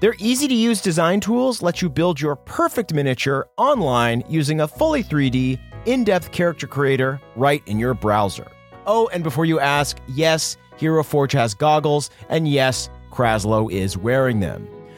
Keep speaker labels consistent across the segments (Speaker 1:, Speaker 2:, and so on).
Speaker 1: Their easy to use design tools let you build your perfect miniature online using a fully 3D, in depth character creator right in your browser. Oh, and before you ask, yes, Hero Forge has goggles, and yes, Kraslo is wearing them.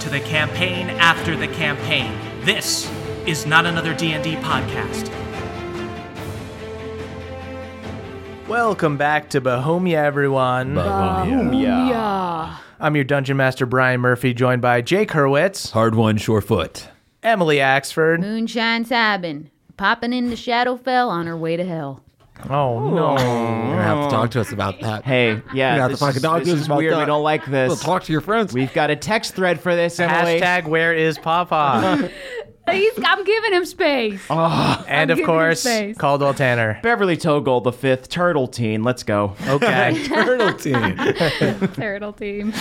Speaker 2: to the campaign after the campaign. This is not another D&D podcast.
Speaker 3: Welcome back to Bohemia, everyone.
Speaker 4: yeah.
Speaker 3: I'm your Dungeon Master, Brian Murphy, joined by Jake Hurwitz,
Speaker 4: Hard one, sure foot.
Speaker 3: Emily Axford.
Speaker 5: Mm.
Speaker 6: Moonshine Sabin, popping into Shadowfell on her way to hell.
Speaker 3: Oh,
Speaker 4: You're
Speaker 3: no.
Speaker 4: gonna have to talk to us about that.
Speaker 7: Hey,
Speaker 4: You're gonna
Speaker 7: yeah,
Speaker 4: have to
Speaker 7: this
Speaker 4: talk
Speaker 7: is,
Speaker 4: to
Speaker 7: this
Speaker 4: doctors
Speaker 7: is
Speaker 4: about
Speaker 7: weird.
Speaker 4: that.
Speaker 7: We don't like this.
Speaker 4: Well, talk to your friends.
Speaker 7: We've got a text thread for this, Emily.
Speaker 3: Hashtag where is Papa? Ah.
Speaker 5: He's, I'm giving him space.
Speaker 3: and of
Speaker 5: giving
Speaker 3: course,
Speaker 5: space.
Speaker 3: Caldwell Tanner.
Speaker 7: Beverly Togold, the fifth turtle teen. Let's go.
Speaker 4: Oh.
Speaker 3: Okay.
Speaker 4: turtle team.
Speaker 5: Turtle team.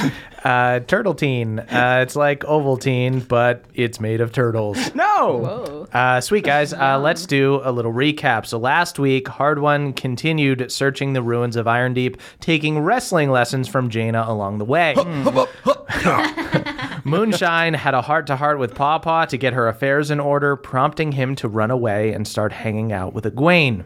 Speaker 3: uh, turtle teen. Uh, it's like Ovaltine, but it's made of turtles.
Speaker 7: No.
Speaker 3: Uh, sweet guys, uh, let's do a little recap. So last week, Hard One continued searching the ruins of Iron Deep, taking wrestling lessons from Jaina along the way. Moonshine had a heart to heart with Pawpaw to get her affairs in order, prompting him to run away and start hanging out with Egwene.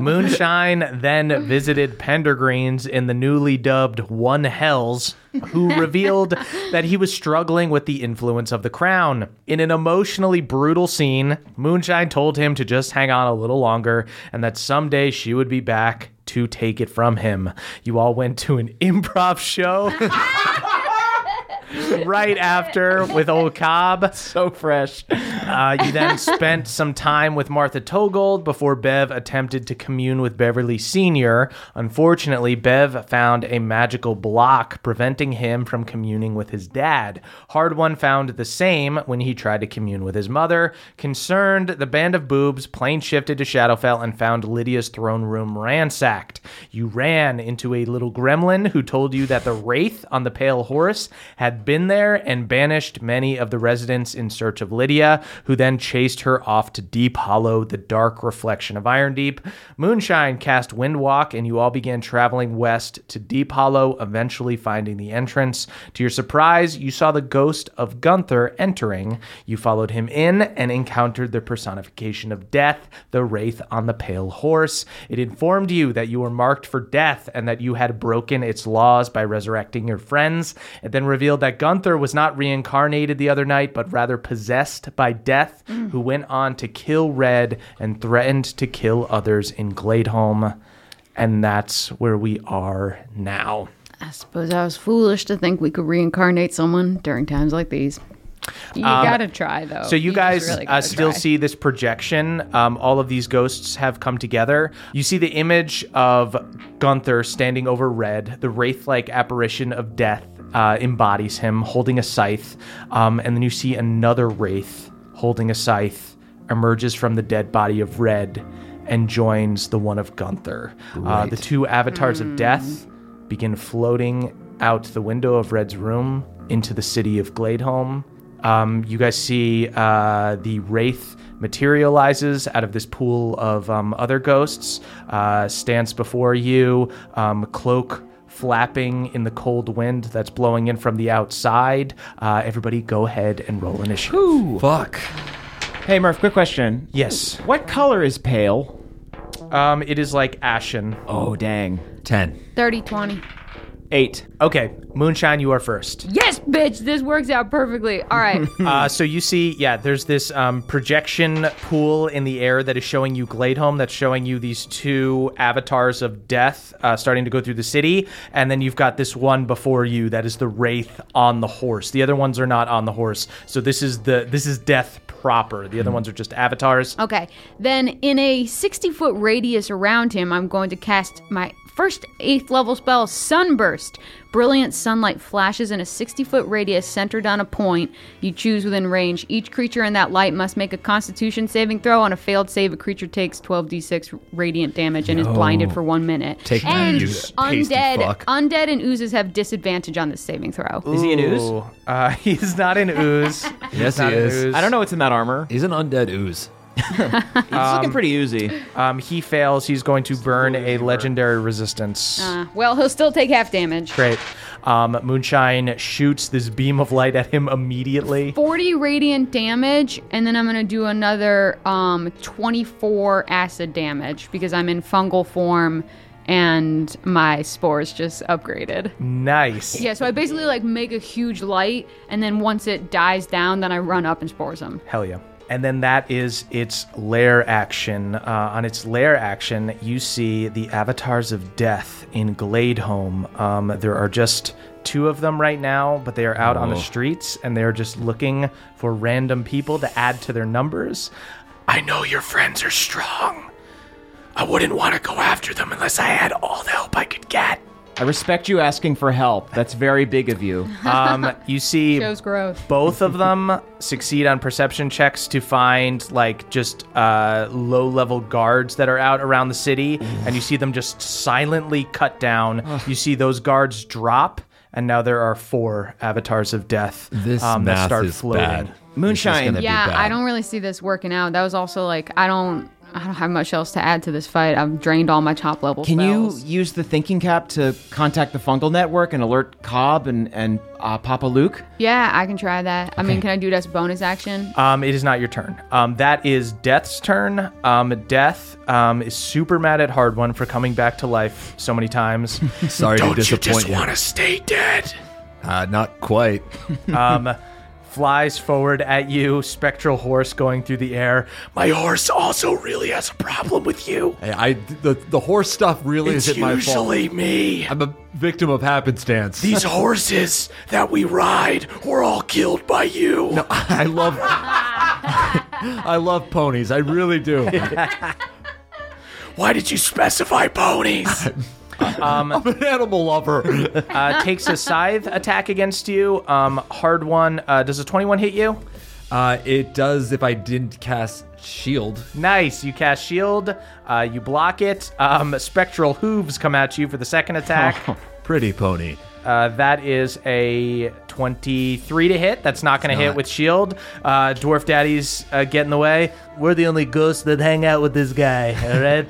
Speaker 3: Moonshine then visited Pendergreens in the newly dubbed One Hells, who revealed that he was struggling with the influence of the crown. In an emotionally brutal scene, Moonshine told him to just hang on a little longer and that someday she would be back to take it from him. You all went to an improv show right after with old Cobb.
Speaker 7: So fresh.
Speaker 3: Uh, you then spent some time with Martha Togold before Bev attempted to commune with Beverly Sr. Unfortunately, Bev found a magical block preventing him from communing with his dad. Hard One found the same when he tried to commune with his mother. Concerned, the band of boobs plane shifted to Shadowfell and found Lydia's throne room ransacked. You ran into a little gremlin who told you that the wraith on the pale horse had been there and banished many of the residents in search of Lydia, who then chased her off to Deep Hollow, the dark reflection of Iron Deep. Moonshine cast Windwalk, and you all began traveling west to Deep Hollow, eventually finding the entrance. To your surprise, you saw the ghost of Gunther entering. You followed him in and encountered the personification of death, the wraith on the pale horse. It informed you that you were marked for death and that you had broken its laws by resurrecting your friends. It then revealed that Gunther was not reincarnated the other night, but rather possessed by death, who went on to kill Red and threatened to kill others in Gladeholm. And that's where we are now.
Speaker 6: I suppose I was foolish to think we could reincarnate someone during times like these.
Speaker 5: You gotta try though.
Speaker 3: Um, So you,
Speaker 5: just
Speaker 3: guys
Speaker 5: really
Speaker 3: uh,
Speaker 5: gotta
Speaker 3: still
Speaker 5: try.
Speaker 3: see this projection. Um, all of these ghosts have come together. You see the image of Gunther standing over Red. The wraith-like apparition of death uh, embodies him, holding a scythe. Um, and then you see another wraith holding a scythe emerges from the dead body of Red and joins the one of Gunther. Uh, the two avatars of death
Speaker 5: Hmm.
Speaker 3: begin floating out the window of Red's room into the city of Gladeholm Um, you guys see uh, the wraith materializes out of this pool of um, other ghosts, uh, stands before you, um, cloak flapping in the cold wind that's blowing in from the outside. Uh, everybody, go ahead and roll initiative.
Speaker 4: Fuck.
Speaker 7: Hey, Murph, quick question.
Speaker 3: Yes,
Speaker 7: What color is pale?
Speaker 3: um, it is like ashen.
Speaker 7: Oh, dang.
Speaker 4: 10.
Speaker 6: 30 20.
Speaker 7: Eight.
Speaker 3: Okay, Moonshine, you are first.
Speaker 5: Yes, bitch, this works out perfectly. All right.
Speaker 3: Uh, so you see, yeah, there's this um, projection pool in the air that is showing you Gladeholm, that's showing you these two avatars of death uh, starting to go through the city, and then you've got this one before you that is the wraith on the horse. The other ones are not on the horse, so this is the this is death proper. The
Speaker 7: Hmm.
Speaker 3: other ones are just avatars.
Speaker 6: Okay. Then in a 60 foot radius around him, I'm going to cast my first 8th level spell, Sunburst. Brilliant sunlight flashes in a 60 foot radius centered on a point you choose within range. Each creature in that light must make a constitution saving throw. On a failed save, a creature takes 12d6 radiant damage and is blinded for one minute.
Speaker 4: Take that,
Speaker 6: and
Speaker 4: you pasty
Speaker 6: undead,
Speaker 4: fuck.
Speaker 6: undead and oozes have disadvantage on this saving throw.
Speaker 7: Is he an ooze?
Speaker 3: Ooh, uh, he's not an ooze.
Speaker 4: Yes, he
Speaker 3: not an
Speaker 4: is.
Speaker 3: ooze.
Speaker 7: I don't know what's in that armor.
Speaker 4: He's an undead ooze.
Speaker 7: He's looking pretty oozy.
Speaker 3: Um, he fails. He's going to burn a legendary resistance.
Speaker 6: Uh, well, he'll still take half damage.
Speaker 3: Great. Um, Moonshine shoots this beam of light at him immediately.
Speaker 6: 40 radiant damage, and then I'm gonna do another um, 24 acid damage because I'm in fungal form and my spores just upgraded.
Speaker 7: Mm.
Speaker 3: Nice.
Speaker 6: Yeah, so I basically like make a huge light, and then once it dies down, then I run up and spores them.
Speaker 3: Hell yeah. And then that is its lair action. Uh, on its lair action, you see the avatars of death in Gladeholm. Um, there are just two of them right now, but they are out on the streets and they're just looking for random people to add to their numbers. I know your friends are strong. I wouldn't want to go after them unless I had all the help I could get.
Speaker 7: I respect you asking for help. That's very big of you.
Speaker 3: Um, you see
Speaker 6: Show's gross.
Speaker 3: both of them succeed on perception checks to find like just uh, low level guards that are out around the city and you see them just silently cut down you see those guards drop and now there are four avatars of death
Speaker 4: This
Speaker 3: um,
Speaker 4: math
Speaker 3: that start
Speaker 4: is
Speaker 3: floating
Speaker 4: bad.
Speaker 7: Moonshine.
Speaker 4: This is gonna be
Speaker 6: Yeah,
Speaker 4: bad.
Speaker 6: I don't really see this working out. That was also like I don't, I don't have much else to add to this fight. I've drained all my top level.
Speaker 7: Can you
Speaker 6: spells.
Speaker 7: use the thinking cap to contact the fungal network and alert Cobb and, and uh, Papa Luke?
Speaker 6: Yeah, I can try that. I mean, can I do it as a bonus action?
Speaker 3: Um, it is not your turn. Um, that is Death's turn. Um, Death um, is super mad at Hard One for coming back to life so many times.
Speaker 4: Sorry to disappoint you.
Speaker 3: to stay dead?
Speaker 4: uh, not quite.
Speaker 3: flies forward at you, spectral horse going through the air. My horse also really has a problem with you.
Speaker 4: I, I- the, the horse stuff really
Speaker 3: It's
Speaker 4: isn't my
Speaker 3: usually
Speaker 4: fault.
Speaker 3: me.
Speaker 4: I'm a victim of happenstance.
Speaker 3: These horses that we ride were all killed by you.
Speaker 4: I love I love ponies. I really do.
Speaker 3: Why did you specify ponies?
Speaker 4: I'm an animal lover.
Speaker 3: uh, takes a scythe attack against you. Um, hard one. Uh, does a 21 hit you?
Speaker 4: Uh, it does if I didn't cast shield.
Speaker 3: Nice. You cast shield. Uh, you block it. Um, spectral hooves come at you for the second attack.
Speaker 4: Pretty pony.
Speaker 3: Uh, that is a 23 to hit. That's not going to hit
Speaker 4: not.
Speaker 3: with shield. Uh, Dwarf Daddies uh, get in the way. We're the only ghosts that hang out with this guy. All right.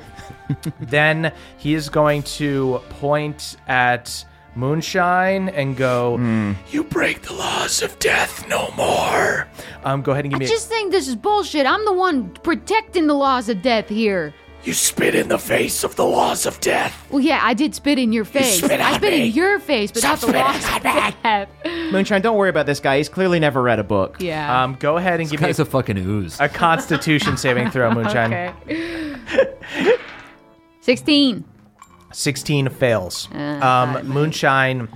Speaker 3: then he is going to point at Moonshine and go,
Speaker 4: Hmm.
Speaker 3: You break the laws of death no more. Um, go ahead and give
Speaker 6: I
Speaker 3: me
Speaker 6: just think this is bullshit. I'm the one protecting the laws of death here.
Speaker 3: a. You spit in the face of the laws of death.
Speaker 6: Well, yeah, I did spit in your face.
Speaker 3: spit
Speaker 6: I
Speaker 3: on
Speaker 6: spit
Speaker 3: me.
Speaker 6: in your face, but not the laws of death.
Speaker 7: Moonshine, don't worry about this guy. He's clearly never read a book.
Speaker 6: Yeah.
Speaker 3: Um, go ahead and give me
Speaker 4: Guy's a fucking ooze.
Speaker 3: a constitution saving throw, Moonshine.
Speaker 5: okay.
Speaker 6: 16.
Speaker 3: 16 fails. um, Moonshine,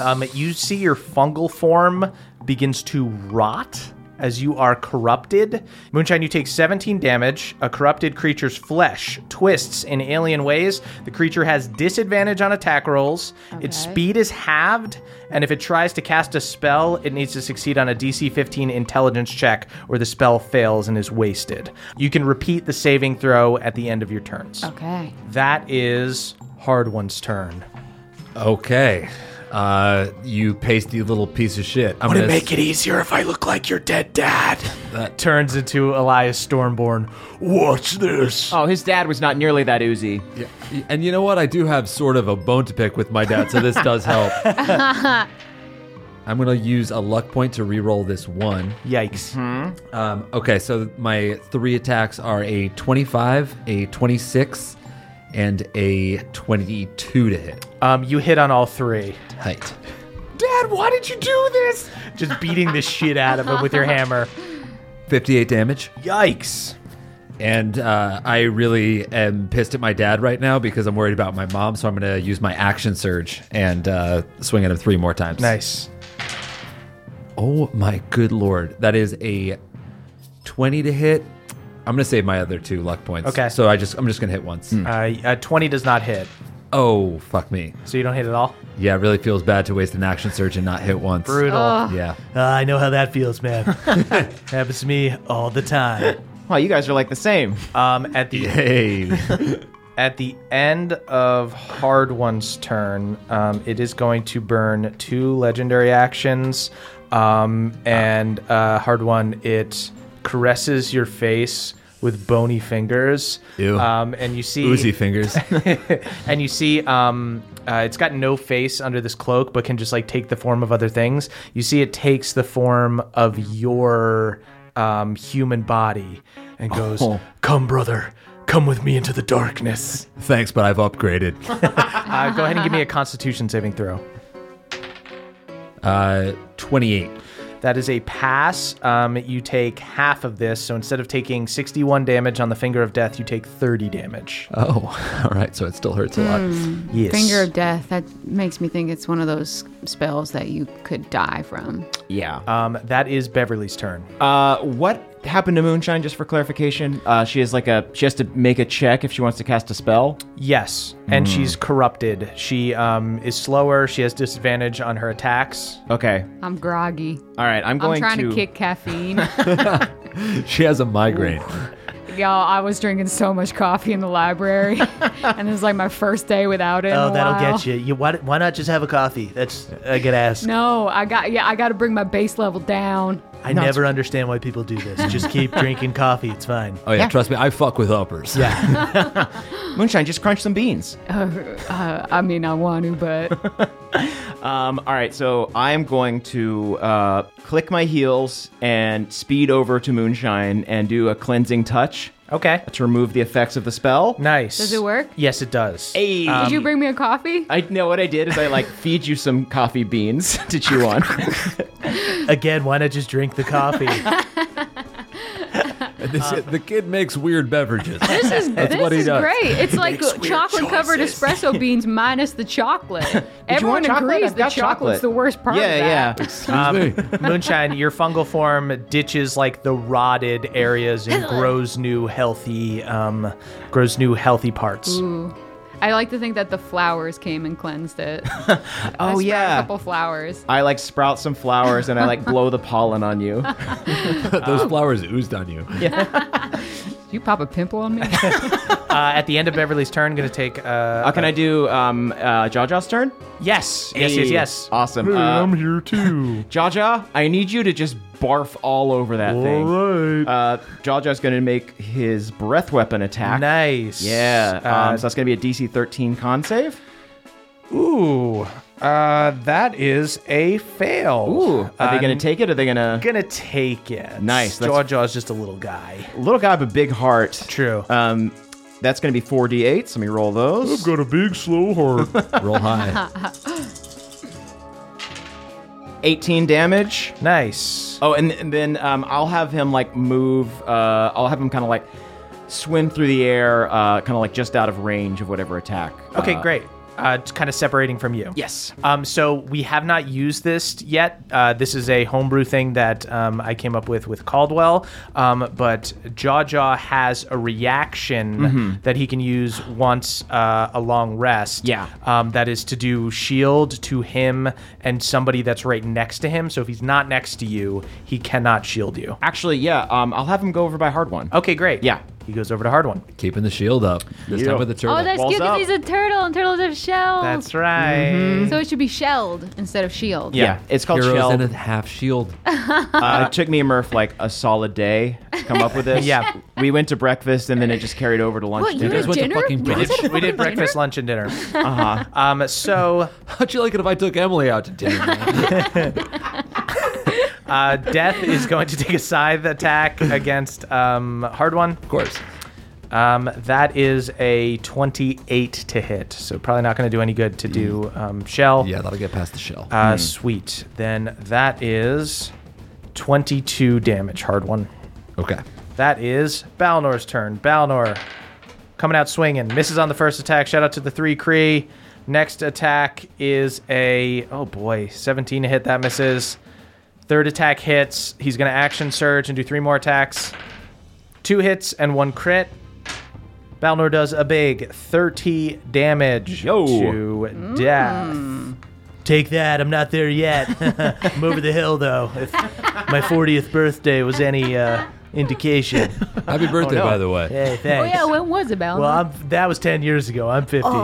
Speaker 3: um, you see your fungal form begins to rot as you are corrupted. Moonshine, you take 17 damage. A corrupted creature's flesh twists in alien ways. The creature has disadvantage on attack rolls. Its speed is halved, and if it tries to cast a spell, it needs to succeed on a DC 15 intelligence check, or the spell fails and is wasted. You can repeat the saving throw at the end of your turns.
Speaker 6: Okay.
Speaker 3: That is Hard One's turn.
Speaker 4: Okay.
Speaker 8: Uh, you pasty little piece of shit. I'm gonna make
Speaker 3: it easier if I look like your dead dad. That turns into Elias Stormborn. Watch this.
Speaker 7: Oh, his dad was not nearly that oozy.
Speaker 8: And you know what? I do have sort of a bone to pick with my dad, so this does help. I'm gonna use a luck point to re-roll this one.
Speaker 3: Yikes.
Speaker 8: Um, okay, so my three attacks are a 25, a 26, and a 22 to hit.
Speaker 3: Um, you hit on all three.
Speaker 8: Tight.
Speaker 3: Dad, why did you do this? Just beating the shit out of him with your hammer.
Speaker 8: 58 damage.
Speaker 3: Yikes.
Speaker 8: And uh, I really am pissed at my dad right now because I'm worried about my mom, so I'm gonna use my action surge and uh, swing at him three more times.
Speaker 3: Nice.
Speaker 8: Oh my good lord. That is a 20 to hit. I'm gonna save my other two luck points.
Speaker 3: Okay.
Speaker 8: So I just I'm just gonna hit once.
Speaker 3: Uh, a 20 does not hit,
Speaker 8: Oh fuck me.
Speaker 3: so you don't hit at all?
Speaker 8: Yeah, it really feels bad to waste an action surge and not hit once.
Speaker 3: Brutal.
Speaker 8: Yeah.
Speaker 3: Uh, I know how that feels, man. Happens to me all the time.
Speaker 7: Wow, you guys are like the same.
Speaker 3: Um, at the
Speaker 8: Hey.
Speaker 3: At the end of Hard One's turn, um, it is going to burn two legendary actions. Um, and uh, Hard One, it caresses your face with bony fingers.
Speaker 8: Ew.
Speaker 3: Um, and you see
Speaker 8: Oozy fingers.
Speaker 3: and you see um, uh, it's got no face under this cloak but can just like take the form of other things you see it takes the form of your um, human body and goes come brother come with me into the darkness
Speaker 8: Thanks, but I've upgraded.
Speaker 3: uh, go ahead and give me a constitution saving throw
Speaker 8: Uh, 28.
Speaker 3: That is a pass. Um, you take half of this. So instead of taking 61 damage on the finger of death, you take 30 damage.
Speaker 8: Oh, all right. So it still hurts a lot.
Speaker 3: yes.
Speaker 6: Finger of Death. That makes me think it's one of those spells that you could die from.
Speaker 7: Yeah.
Speaker 3: Um, that is Beverly's turn.
Speaker 7: Uh, what happened to Moonshine? Just for clarification, uh, she is like a she has to make a check if she wants to cast a spell.
Speaker 3: Yes, and she's corrupted. She um, is slower. She has disadvantage on her attacks.
Speaker 7: Okay.
Speaker 6: I'm groggy.
Speaker 7: All right. I'm
Speaker 6: I'm
Speaker 7: going
Speaker 6: trying to, kick caffeine.
Speaker 8: She has a migraine.
Speaker 6: Y'all, I was drinking so much coffee in the library, and this is like my first day without it. in
Speaker 3: Oh,
Speaker 6: a while.
Speaker 3: you. You why, why not just have a coffee? That's a good ask.
Speaker 6: No, I got yeah, I got to bring my base level down.
Speaker 3: I never understand why people do this. Just keep drinking coffee. It's fine.
Speaker 8: Oh, yeah, Trust me, I fuck with uppers. Yeah.
Speaker 7: Moonshine, just crunch some beans.
Speaker 6: Uh, I mean, I want to, but
Speaker 7: Um, all right, so I am going to uh, click my heels and speed over to Moonshine and do a cleansing touch
Speaker 3: Okay.
Speaker 7: to remove the effects of the spell.
Speaker 3: Nice.
Speaker 6: Does it work?
Speaker 3: Yes, it does.
Speaker 7: Hey,
Speaker 6: did you bring me a coffee?
Speaker 7: I know what I did is I like feed you some coffee beans to chew on.
Speaker 3: Again, why not just drink the coffee?
Speaker 8: the kid makes weird beverages.
Speaker 6: This is this
Speaker 8: what he
Speaker 6: is
Speaker 8: does.
Speaker 6: great. It's like chocolate covered espresso beans minus the chocolate. Everyone
Speaker 7: chocolate?
Speaker 6: agrees
Speaker 7: I've
Speaker 6: the
Speaker 7: got
Speaker 6: chocolate's
Speaker 7: chocolate.
Speaker 6: the worst part. of
Speaker 7: yeah,
Speaker 6: that.
Speaker 7: yeah.
Speaker 3: Moonshine, your fungal form ditches like the rotted areas and grows new healthy, um, grows new healthy parts.
Speaker 6: I like to think that the flowers came and cleansed it. I
Speaker 7: Oh
Speaker 6: sprayed a
Speaker 7: yeah.
Speaker 6: couple flowers.
Speaker 7: I like sprout some flowers and I like blow the pollen on you.
Speaker 8: Those flowers oozed on you.
Speaker 6: Did you pop a pimple on me?
Speaker 3: Uh, at the end of Beverly's turn, gonna take. Uh,
Speaker 7: Uh, can I do um, uh, Jaja's turn?
Speaker 3: Yes, yes,
Speaker 7: Hey,
Speaker 3: yes, yes.
Speaker 7: Awesome. Uh,
Speaker 4: here too.
Speaker 7: Jaja, I need you to just barf all over that thing. Uh, Jaja's going to make his breath weapon attack.
Speaker 3: Nice.
Speaker 7: Yeah.
Speaker 3: Uh,
Speaker 7: um, so that's going to be a DC 13 con save.
Speaker 3: ooh, uh, that is a fail.
Speaker 7: Ooh. Are
Speaker 3: Uh,
Speaker 7: they going to take it? Are they going to.
Speaker 3: Gonna take it.
Speaker 7: Nice, that's-
Speaker 3: Jawjaw's just a little guy.
Speaker 7: Little guy, but big heart.
Speaker 3: True.
Speaker 7: Um, that's going to be 4d8. So let me roll those.
Speaker 4: Got a big slow heart.
Speaker 8: Roll high.
Speaker 7: 18 damage.
Speaker 3: nice.
Speaker 7: Oh, and, and then um, I'll have him like move. Uh, I'll have him kind of like swim through the air, uh, kind of like just out of range of whatever attack.
Speaker 3: Okay,
Speaker 7: uh,
Speaker 3: great. Uh, it's kind of separating from you.
Speaker 7: Yes.
Speaker 3: Um, so we have not used this yet. Uh, this is a homebrew thing that um, I came up with with Caldwell. Um, but Jawjaw has a reaction
Speaker 7: Mm-hmm.
Speaker 3: that he can use once uh, a long rest.
Speaker 7: Yeah.
Speaker 3: Um, that is to do shield to him and somebody that's right next to him. So if he's not next to you, he cannot shield you.
Speaker 7: Actually, yeah. Um, I'll have him go over by hard one.
Speaker 3: Okay, great.
Speaker 7: Yeah.
Speaker 3: He goes over to hard one.
Speaker 8: Keeping the shield up. This
Speaker 7: Yeah.
Speaker 8: time with the turtle.
Speaker 5: Oh, that's
Speaker 7: Walls
Speaker 5: cute
Speaker 7: up.
Speaker 5: because he's a turtle and turtles have
Speaker 6: Oh.
Speaker 5: shells.
Speaker 3: That's right.
Speaker 6: So it should be shelled instead of shield.
Speaker 7: Yeah, it's called
Speaker 8: Heroes
Speaker 7: Shell.
Speaker 8: and a half shield.
Speaker 7: Uh, it took me and Murph like a solid day to come up with this.
Speaker 3: Yeah.
Speaker 7: We went to breakfast and then it just carried over to lunch.
Speaker 6: What, you
Speaker 8: You
Speaker 7: dinner.
Speaker 6: did
Speaker 8: guys went to
Speaker 6: dinner?
Speaker 8: fucking
Speaker 3: We
Speaker 8: brunch.
Speaker 3: did, we did breakfast, lunch, and dinner. Uh-huh. Um, so
Speaker 8: How'd you like it if I took Emily out to dinner? man?
Speaker 3: uh, Death is going to take a scythe attack against um, Hard One.
Speaker 8: of course.
Speaker 3: Um, that is a 28 to hit, so probably not going to do any good to do um, Shell.
Speaker 8: Yeah, that'll get past the shell.
Speaker 3: Uh, Sweet. Then that is 22 damage, Hard One.
Speaker 8: okay.
Speaker 3: That is Balnor's turn. Balnor coming out swinging. Misses on the first attack. Shout out to the three Cree. Next attack is a oh boy, 17 to hit. That misses. Third attack hits. He's gonna action surge and do three more attacks. Two hits and one crit. Balnor does a big 30 damage
Speaker 7: Yo.
Speaker 5: Mm.
Speaker 3: to death. Take that. I'm not there yet. I'm over the hill though. If my 40th birthday was any uh, indication.
Speaker 8: Happy birthday, by the way.
Speaker 3: Hey,
Speaker 6: Oh,
Speaker 3: thanks.
Speaker 6: yeah. When was it, Balnor?
Speaker 3: Well, I'm, that was 10 years ago. I'm 50.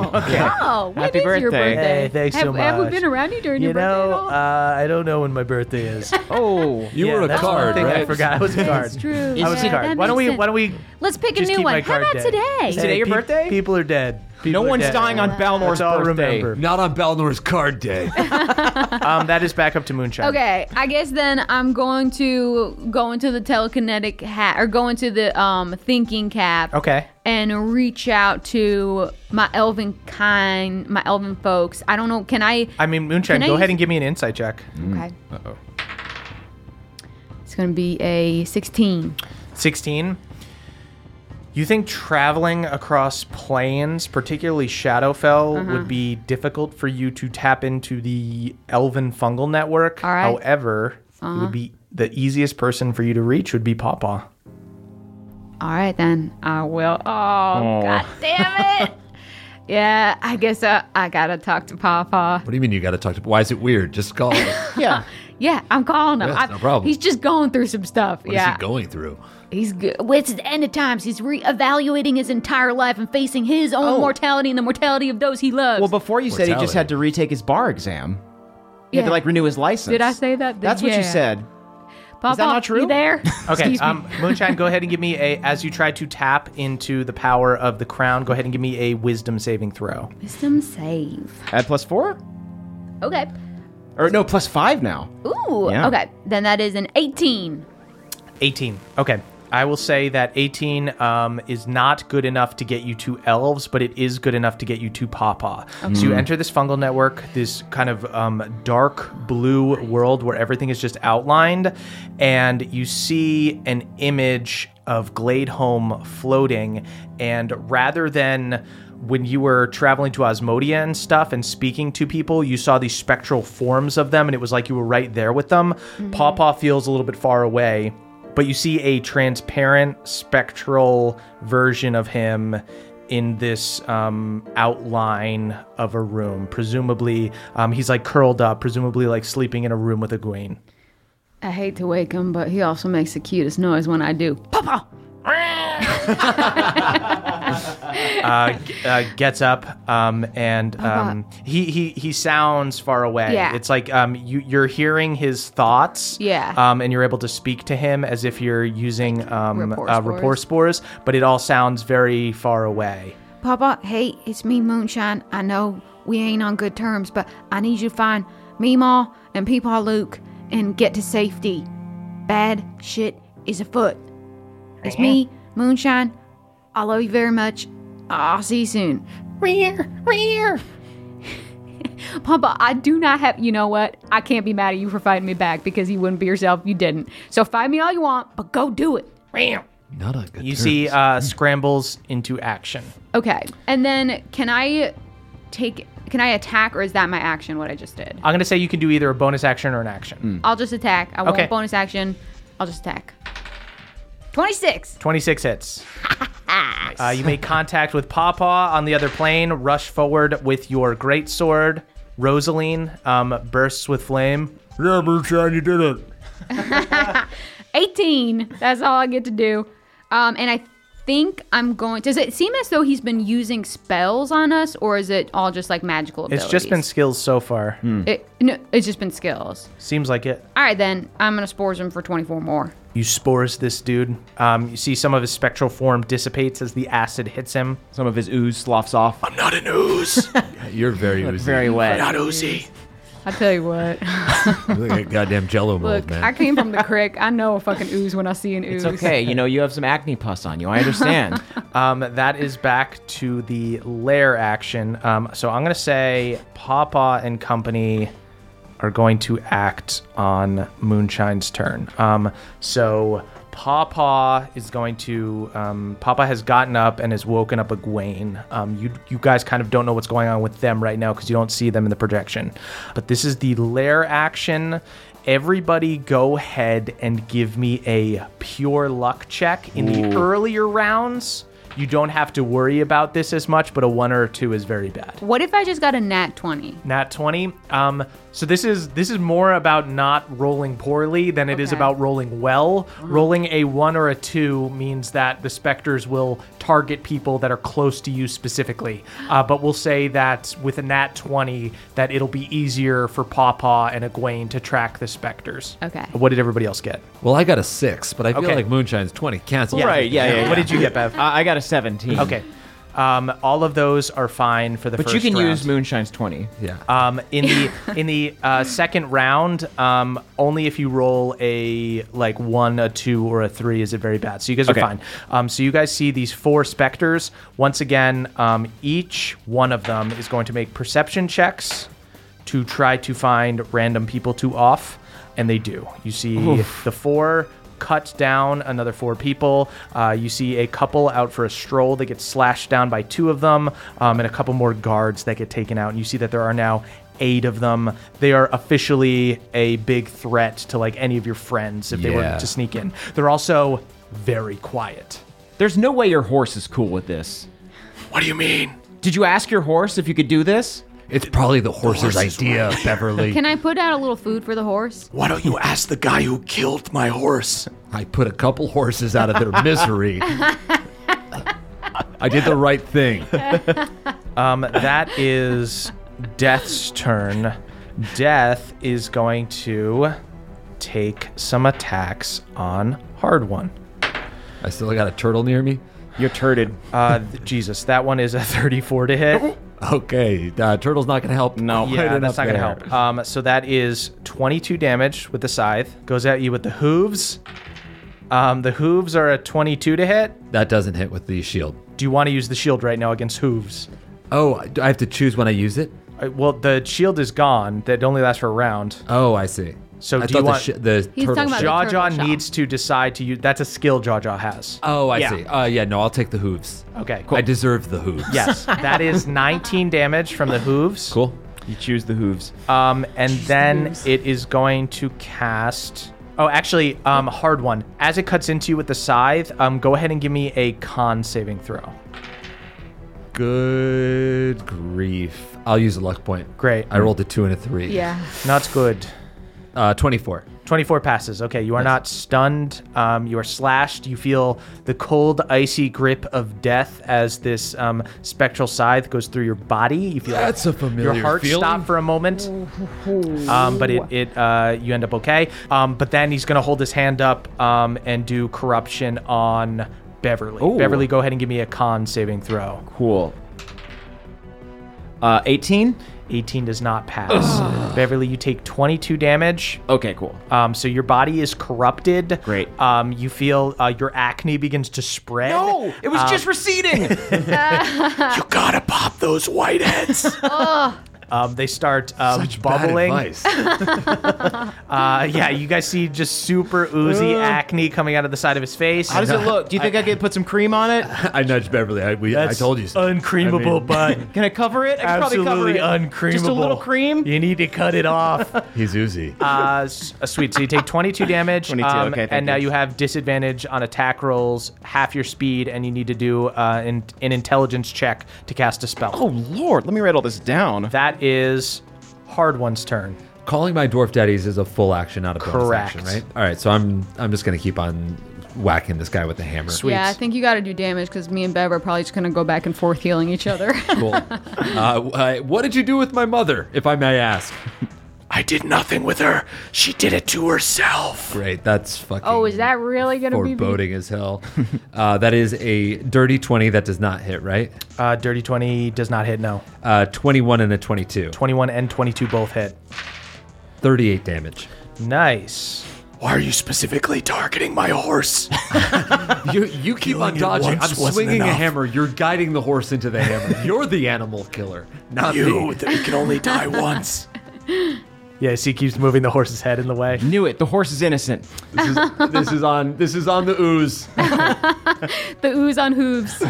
Speaker 6: Oh, when
Speaker 7: Happy
Speaker 6: is your
Speaker 7: birthday.
Speaker 6: birthday?
Speaker 3: Hey, thanks
Speaker 6: have,
Speaker 3: so
Speaker 6: Have we
Speaker 3: much.
Speaker 6: been around you during
Speaker 3: You
Speaker 6: your birthday
Speaker 3: know,
Speaker 6: at all?
Speaker 3: uh, I don't know when my birthday is.
Speaker 7: Oh.
Speaker 8: You
Speaker 3: Yeah,
Speaker 8: were a
Speaker 3: that's one
Speaker 8: card,
Speaker 3: thing
Speaker 8: right?
Speaker 3: I forgot. I was a card.
Speaker 5: That's true.
Speaker 3: I was a
Speaker 5: Yeah,
Speaker 3: card.
Speaker 5: that
Speaker 3: Why don't
Speaker 5: makes
Speaker 3: we?
Speaker 5: sense.
Speaker 3: Why don't we?
Speaker 5: Let's pick a
Speaker 3: just
Speaker 5: new
Speaker 3: keep my
Speaker 5: one. How
Speaker 3: card
Speaker 5: about
Speaker 3: dead.
Speaker 5: today?
Speaker 3: Hey,
Speaker 7: today your
Speaker 3: pe-
Speaker 7: birthday?
Speaker 3: People are dead.
Speaker 7: No
Speaker 3: People are
Speaker 7: one's
Speaker 3: dead.
Speaker 7: dying on Balnor's
Speaker 3: Let's all
Speaker 7: birthday.
Speaker 3: remember.
Speaker 8: Not on Balnor's card day.
Speaker 3: Um, that is back up to Moonshine.
Speaker 6: Okay, I guess then I'm going to go into the telekinetic hat or go into the um, thinking cap.
Speaker 3: Okay.
Speaker 6: And reach out to my elven kind, my elven folks. I don't know. Can I?
Speaker 3: I mean, Moonshine,
Speaker 6: Can I
Speaker 3: go ahead
Speaker 6: use-
Speaker 3: and give me an insight check.
Speaker 6: Okay. Uh oh. It's gonna be a 16.
Speaker 3: 16. You think traveling across planes, particularly Shadowfell,
Speaker 6: Uh-huh.
Speaker 3: would be difficult for you to tap into the Elven fungal network?
Speaker 6: All right. Uh-huh.
Speaker 3: However, it would be the easiest person for you to reach would be Pawpaw.
Speaker 6: All right then. I will. Oh, god damn it. yeah, I guess uh, I gotta talk to Papa.
Speaker 8: What do you mean you got to talk to? Why is it weird? Just call. What
Speaker 6: Yeah, I'm calling him.
Speaker 8: Yeah, it's
Speaker 6: I-
Speaker 8: no problem.
Speaker 6: He's just going through some stuff.
Speaker 8: is
Speaker 6: yeah.
Speaker 8: he going through?
Speaker 6: He's good. Well, it's the end of times. He's reevaluating his entire life and facing his own mortality and the mortality of those he loves.
Speaker 7: Oh. Well, before you said he just
Speaker 8: Mortality.
Speaker 7: had to retake his bar exam. He had
Speaker 6: Yeah.
Speaker 7: to like renew his license.
Speaker 6: Did I say that?
Speaker 7: That's what
Speaker 6: Yeah.
Speaker 7: you said.
Speaker 6: Papa,
Speaker 7: that not true?
Speaker 6: You there?
Speaker 3: Okay,
Speaker 6: Excuse me.
Speaker 3: um, Moonshine, go ahead and give me a. As you try to tap into the power of the crown, go ahead and give me a wisdom saving throw.
Speaker 6: Wisdom save.
Speaker 7: At plus four?
Speaker 6: Okay.
Speaker 7: Or no, plus five now.
Speaker 6: Ooh.
Speaker 7: Yeah.
Speaker 6: Okay. Then that is an 18.
Speaker 3: 18. Okay. I will say that 18 um, is not good enough to get you to elves, but it is good enough to get you to Pawpaw. So you enter this fungal network, this kind of um, dark blue world where everything is just outlined, and you see an image of Gladeholm floating. And rather than when you were traveling to Osmodia and stuff and speaking to people, you saw these spectral forms of them, and it was like you were right there with them. Pawpaw feels a little bit far away but you see a transparent spectral version of him in this um, outline of a room. Presumably, um, he's like curled up, presumably like sleeping in a room with a Egwene.
Speaker 6: I hate to wake him, but he also makes the cutest noise when I do. Papa.
Speaker 3: Uh, g- uh, gets up um, and um, he, he he sounds far away.
Speaker 6: Oh, Yeah.
Speaker 3: It's like um, you, you're hearing his thoughts.
Speaker 6: Yeah.
Speaker 3: Um, and you're able to speak to him as if you're using um,
Speaker 6: Rapport
Speaker 3: uh,
Speaker 6: spores.
Speaker 3: rapport spores, but it all sounds very far away.
Speaker 6: Papa, hey, it's me, Moonshine. I know we ain't on good terms, but I need you to find Meemaw and Peepaw Luke and get to safety. Bad shit is afoot. It's me, Moonshine. I love you very much. I'll see you soon. Papa, I do not have. You know what? I can't be mad at you for fighting me back because you wouldn't be yourself. You didn't. So fight me all you want, but go do it.
Speaker 8: Not on good
Speaker 3: You
Speaker 8: terms.
Speaker 3: see uh, scrambles into action.
Speaker 6: Okay. And then can I take. Can I attack or is that my action, what I just did?
Speaker 3: I'm gonna say you can do either a bonus action or an action.
Speaker 6: I'll just attack. I
Speaker 3: Okay.
Speaker 6: won't bonus action. I'll just attack. 26.
Speaker 3: 26 hits. Uh, you make contact with Pawpaw on the other plane. Rush forward with your great sword. Rosaline um, bursts with flame.
Speaker 8: yeah, Moonshine, you did it.
Speaker 6: 18. That's all I get to do. Um, and I think I'm going. Does it seem as though he's been using spells on us, or is it all just like magical abilities?
Speaker 3: It's just been skills so far.
Speaker 6: It, no, it's just been skills.
Speaker 3: Seems like it.
Speaker 6: All right, then I'm gonna spores him for 24 more.
Speaker 3: You spores this dude. Um, you see some of his spectral form dissipates as the acid hits him.
Speaker 7: Some of his ooze sloughs off.
Speaker 3: I'm not an ooze.
Speaker 8: You're very oozy.
Speaker 7: Very wet.
Speaker 3: not oozy.
Speaker 6: I tell you what,
Speaker 8: You look like a goddamn Jello mold,
Speaker 6: look, I
Speaker 8: man.
Speaker 6: came from the crick. I know a fucking ooze when I see an ooze.
Speaker 7: It's okay. You know, you have some acne pus on you. I understand.
Speaker 3: Um, that is back to the lair action. Um, so I'm gonna say Papa and company are going to act on Moonshine's turn. Um, so Papa is going to um, Papa has gotten up and has woken up Egwene. Um, you you guys kind of don't know what's going on with them right now because you don't see them in the projection. But this is the lair action. Everybody, go ahead and give me a pure luck check. In the earlier rounds, you don't have to worry about this as much, but a one or a two is very bad
Speaker 6: What if I just got a nat 20?
Speaker 3: nat 20 um so this is this is more about not rolling poorly than it is
Speaker 6: Okay. Mm.
Speaker 3: about rolling well rolling a 1 or a 2 means that the specters will target people that are close to you specifically uh, but we'll say that with a nat 20 that it'll be easier for pawpaw and Egwene to track the specters
Speaker 6: Okay.
Speaker 3: what did everybody else get
Speaker 8: Well, I got a six, but I feel
Speaker 3: Okay.
Speaker 8: like Moonshine's 20. Cancel.
Speaker 7: Right. Yeah. Yeah. yeah.
Speaker 3: what did you get bev
Speaker 7: I I got a 17.
Speaker 3: okay um, all of those are fine for the
Speaker 7: But
Speaker 3: first
Speaker 7: you can
Speaker 3: round.
Speaker 7: use Moonshine's 20.
Speaker 8: Yeah.
Speaker 3: Um, in the in the uh, second round, um, only if you roll a like one, a two, or a three is it very bad. So you guys
Speaker 7: Okay.
Speaker 3: are fine. Um, so you guys see these four specters once again. Um, each one of them is going to make perception checks to try to find random people to off, and they do. You see the four cut down another four people. Uh, you see a couple out for a stroll that gets slashed down by two of them, um, and a couple more guards that get taken out. And you see that there are now eight of them. They are officially a big threat to like any of your friends if they were
Speaker 8: Yeah.
Speaker 3: to sneak in. They're also very quiet.
Speaker 7: There's no way your horse is cool with this.
Speaker 3: What do you mean?
Speaker 7: Did you ask your horse if you could do this?
Speaker 8: It's probably the horse's idea, Beverly.
Speaker 6: Can I put out a little food for the horse?
Speaker 3: Why don't you ask the guy who killed my horse?
Speaker 8: I put a couple horses out of their misery. I did the right thing.
Speaker 3: Um, that is Death's turn. Death is going to take some attacks on Hard One.
Speaker 8: I still got a turtle near me.
Speaker 7: You're turded.
Speaker 3: Uh, th- Jesus, that one is a 34 to hit.
Speaker 8: Okay, uh, turtle's not gonna help.
Speaker 7: No.
Speaker 8: quite
Speaker 3: Yeah, that's
Speaker 8: enough
Speaker 3: not going to
Speaker 8: there.
Speaker 3: help. Um, so that is 22 damage with the scythe. Goes at you with the hooves. Um, the hooves are a 22 to hit.
Speaker 8: That doesn't hit with the shield.
Speaker 3: Do you want to use the shield right now against hooves?
Speaker 8: Oh, do I have to choose when I use it.
Speaker 3: Uh, well, the shield is gone. That only lasts for a round.
Speaker 8: Oh, I see.
Speaker 3: So
Speaker 8: I
Speaker 3: do
Speaker 8: thought
Speaker 3: you want-
Speaker 8: the, shi- the
Speaker 6: He's
Speaker 8: turtle?
Speaker 6: talking about
Speaker 8: shi-
Speaker 6: the
Speaker 3: Jaw
Speaker 6: turtle
Speaker 3: Jaw
Speaker 6: shell.
Speaker 3: needs to decide to use. That's a skill Jaw Jaw has.
Speaker 8: oh, I
Speaker 3: Yeah.
Speaker 8: see. Uh, yeah, no, I'll take the hooves.
Speaker 3: Okay, cool.
Speaker 8: I deserve the hooves.
Speaker 3: yes, that is 19 damage from the hooves.
Speaker 8: Cool.
Speaker 7: You choose the hooves.
Speaker 3: Um, and then it is going to cast. Oh, actually, um, hard one. As it cuts into you with the scythe, um, go ahead and give me a con saving throw.
Speaker 8: Good grief. I'll use a luck point.
Speaker 3: Great.
Speaker 8: I rolled a two and a three.
Speaker 6: Yeah.
Speaker 3: Not good.
Speaker 8: Uh, Twenty-four.
Speaker 3: 24 passes. Okay, you are not stunned. Um, you are slashed. You feel the cold, icy grip of death as this um, spectral scythe goes through your body. You feel
Speaker 8: That's a familiar
Speaker 3: Your heart
Speaker 8: feeling.
Speaker 3: stop for a moment, um, but it, it uh, you end up okay. Um, but then he's gonna hold his hand up um, and do corruption on Beverly. Beverly, go ahead and give me a con saving throw.
Speaker 7: Cool. Uh, 18?
Speaker 3: 18 does not pass. Beverly, you take 22 damage.
Speaker 8: Oh,
Speaker 7: Okay, cool.
Speaker 3: Um, so your body is corrupted.
Speaker 7: Great.
Speaker 3: Um, you feel uh, your acne begins to spread. Um,
Speaker 7: No, it was just receding.
Speaker 3: You gotta pop those whiteheads. um, they start um, bubbling. Uh, yeah, you guys see just super oozy acne coming out of the side of his face.
Speaker 7: How does it look? Do you think I, could put some cream on it?
Speaker 8: I nudged Beverly. I, we, I told you. so. I mean,
Speaker 3: but
Speaker 7: Can I cover it? I could probably cover it. Just a little cream.
Speaker 3: You need to cut it off.
Speaker 8: he's oozy.
Speaker 3: Uh, s- uh, sweet. So you take 22 damage. um,
Speaker 7: 22, okay, thank
Speaker 3: and now
Speaker 7: you.
Speaker 3: you have disadvantage on attack rolls, half your speed, and you need to do uh, an, an intelligence check to cast a spell.
Speaker 7: Oh, Lord. Let me write all this down.
Speaker 3: That is hard one's turn.
Speaker 8: Calling my dwarf daddies is a full action, not a bonus
Speaker 3: Correct.
Speaker 8: action, right? All right, so I'm I'm just gonna keep on whacking this guy with the hammer.
Speaker 3: Sweet.
Speaker 6: Yeah, I think you got to do damage because me and Bev are probably just gonna go back and forth healing each other.
Speaker 8: Cool. uh, uh, what did you do with my mother, if I may ask?
Speaker 3: I did nothing with her. She did it to herself.
Speaker 8: Great. That's fucking.
Speaker 6: oh, is that really gonna be?
Speaker 8: foreboding as hell? uh, that is a dirty twenty that does not hit, right?
Speaker 3: Uh, dirty 20 does not hit, no.
Speaker 8: Uh, Twenty-one and a twenty-two.
Speaker 3: 21 and 22 both hit.
Speaker 8: 38 damage.
Speaker 3: Nice.
Speaker 9: Why are you specifically targeting my horse?
Speaker 4: You you keep on
Speaker 9: Killing it
Speaker 4: dodging.
Speaker 9: once
Speaker 4: I'm
Speaker 9: wasn't
Speaker 4: swinging a
Speaker 9: enough.
Speaker 4: hammer. You're guiding the horse into the hammer. You're the animal killer, not
Speaker 9: you
Speaker 4: me.
Speaker 9: that can only die once.
Speaker 3: Yes, he keeps moving the horse's head in the way.
Speaker 7: Knew it. The horse is innocent.
Speaker 4: This is, this is on this is on the ooze.
Speaker 6: The ooze on hooves.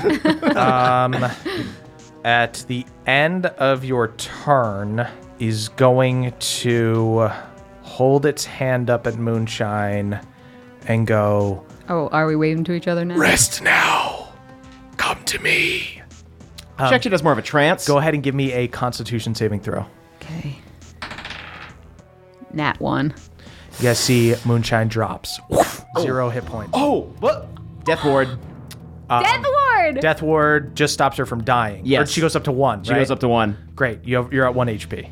Speaker 3: At the end of your turn, is going to hold its hand up at Moonshine and go,
Speaker 6: oh, are we waving to each other now?
Speaker 9: Rest now. Come to me.
Speaker 7: she actually does more of a trance.
Speaker 3: Go ahead and give me a constitution saving throw.
Speaker 6: Okay. Nat one.
Speaker 3: Yes, see, Moonshine drops. Woof, Zero hit points.
Speaker 7: Oh, what? Death ward.
Speaker 6: Death ward.
Speaker 3: Death Ward just stops her from dying.
Speaker 7: Yes.
Speaker 3: Or she goes up to one.
Speaker 7: She goes up to one.
Speaker 3: Great. You have, you're at one HP.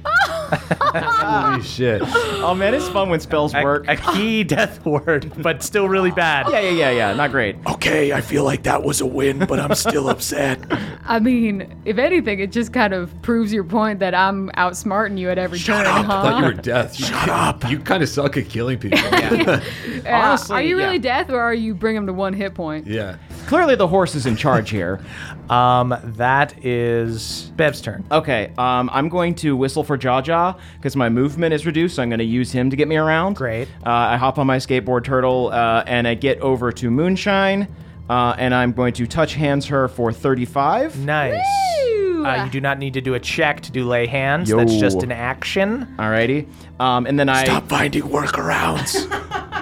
Speaker 4: Holy shit!
Speaker 7: Oh man, it's fun when spells
Speaker 3: A-
Speaker 7: work.
Speaker 3: A, key Death Ward, but still really bad.
Speaker 7: yeah, yeah, yeah, yeah. Not great.
Speaker 9: Okay, I feel like that was a win, but I'm still upset.
Speaker 6: I mean, if anything, it just kind of proves your point that I'm outsmarting you at every turn,
Speaker 8: I thought
Speaker 6: huh?
Speaker 8: you were death. Shut up. You kind of suck at killing people.
Speaker 6: Yeah.
Speaker 7: Honestly,
Speaker 6: are you
Speaker 7: yeah.
Speaker 6: really death or are you bring him to one hit point?
Speaker 8: yeah.
Speaker 7: Clearly, the horse is in charge here.
Speaker 3: Um, that is Bev's turn.
Speaker 7: Okay, um, I'm going to whistle for Jaja because my movement is reduced, so I'm going to use him to get me around.
Speaker 3: Great.
Speaker 7: Uh, I hop on my skateboard turtle uh, and I get over to Moonshine, uh, and I'm going to touch hands her for 35.
Speaker 3: Nice. Uh, you do not need to do a check to do lay hands.
Speaker 7: Yo.
Speaker 3: That's just an action.
Speaker 7: Alrighty. Um, and then I.
Speaker 9: Stop finding workarounds.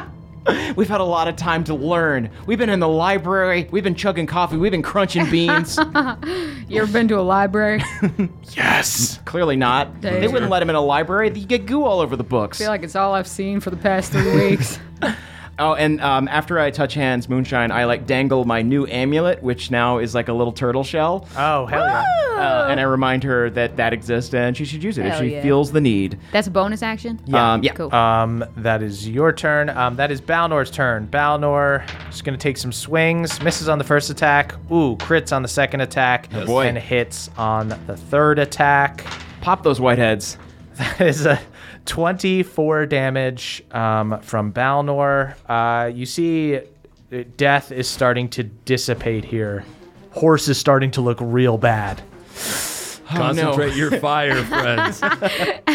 Speaker 7: We've had a lot of time to learn. We've been in the library, we've been chugging coffee, we've been crunching beans.
Speaker 6: You ever been to a library? I
Speaker 9: Yes.
Speaker 7: Clearly not.
Speaker 6: Dang.
Speaker 7: They wouldn't let him in a library. You get goo all over the books.
Speaker 6: feel like it's all I've seen for the past three weeks.
Speaker 7: Oh, and um, after I touch hands, Moonshine, I like dangle my new amulet, which now is like a little turtle shell.
Speaker 3: Oh, hell yeah.
Speaker 7: Uh, and I remind her that that exists and she should use it if
Speaker 6: Oh. Hell
Speaker 7: she
Speaker 6: yeah.
Speaker 7: feels the need.
Speaker 6: That's a bonus action?
Speaker 7: Yeah. Um, yeah.
Speaker 6: Cool.
Speaker 3: Um, that is your turn. Um, that is Balnor's turn. Balnor is going to take some swings. Misses on the first attack. Ooh, crits on the second attack.
Speaker 9: Oh,
Speaker 7: boy.
Speaker 3: And hits on the third attack.
Speaker 7: Pop those whiteheads.
Speaker 3: That is a 24 damage um, from Balnor. Uh, you see, uh, death is starting to dissipate here. Horse is starting to look real bad. Oh,
Speaker 8: Concentrate your fire, friends.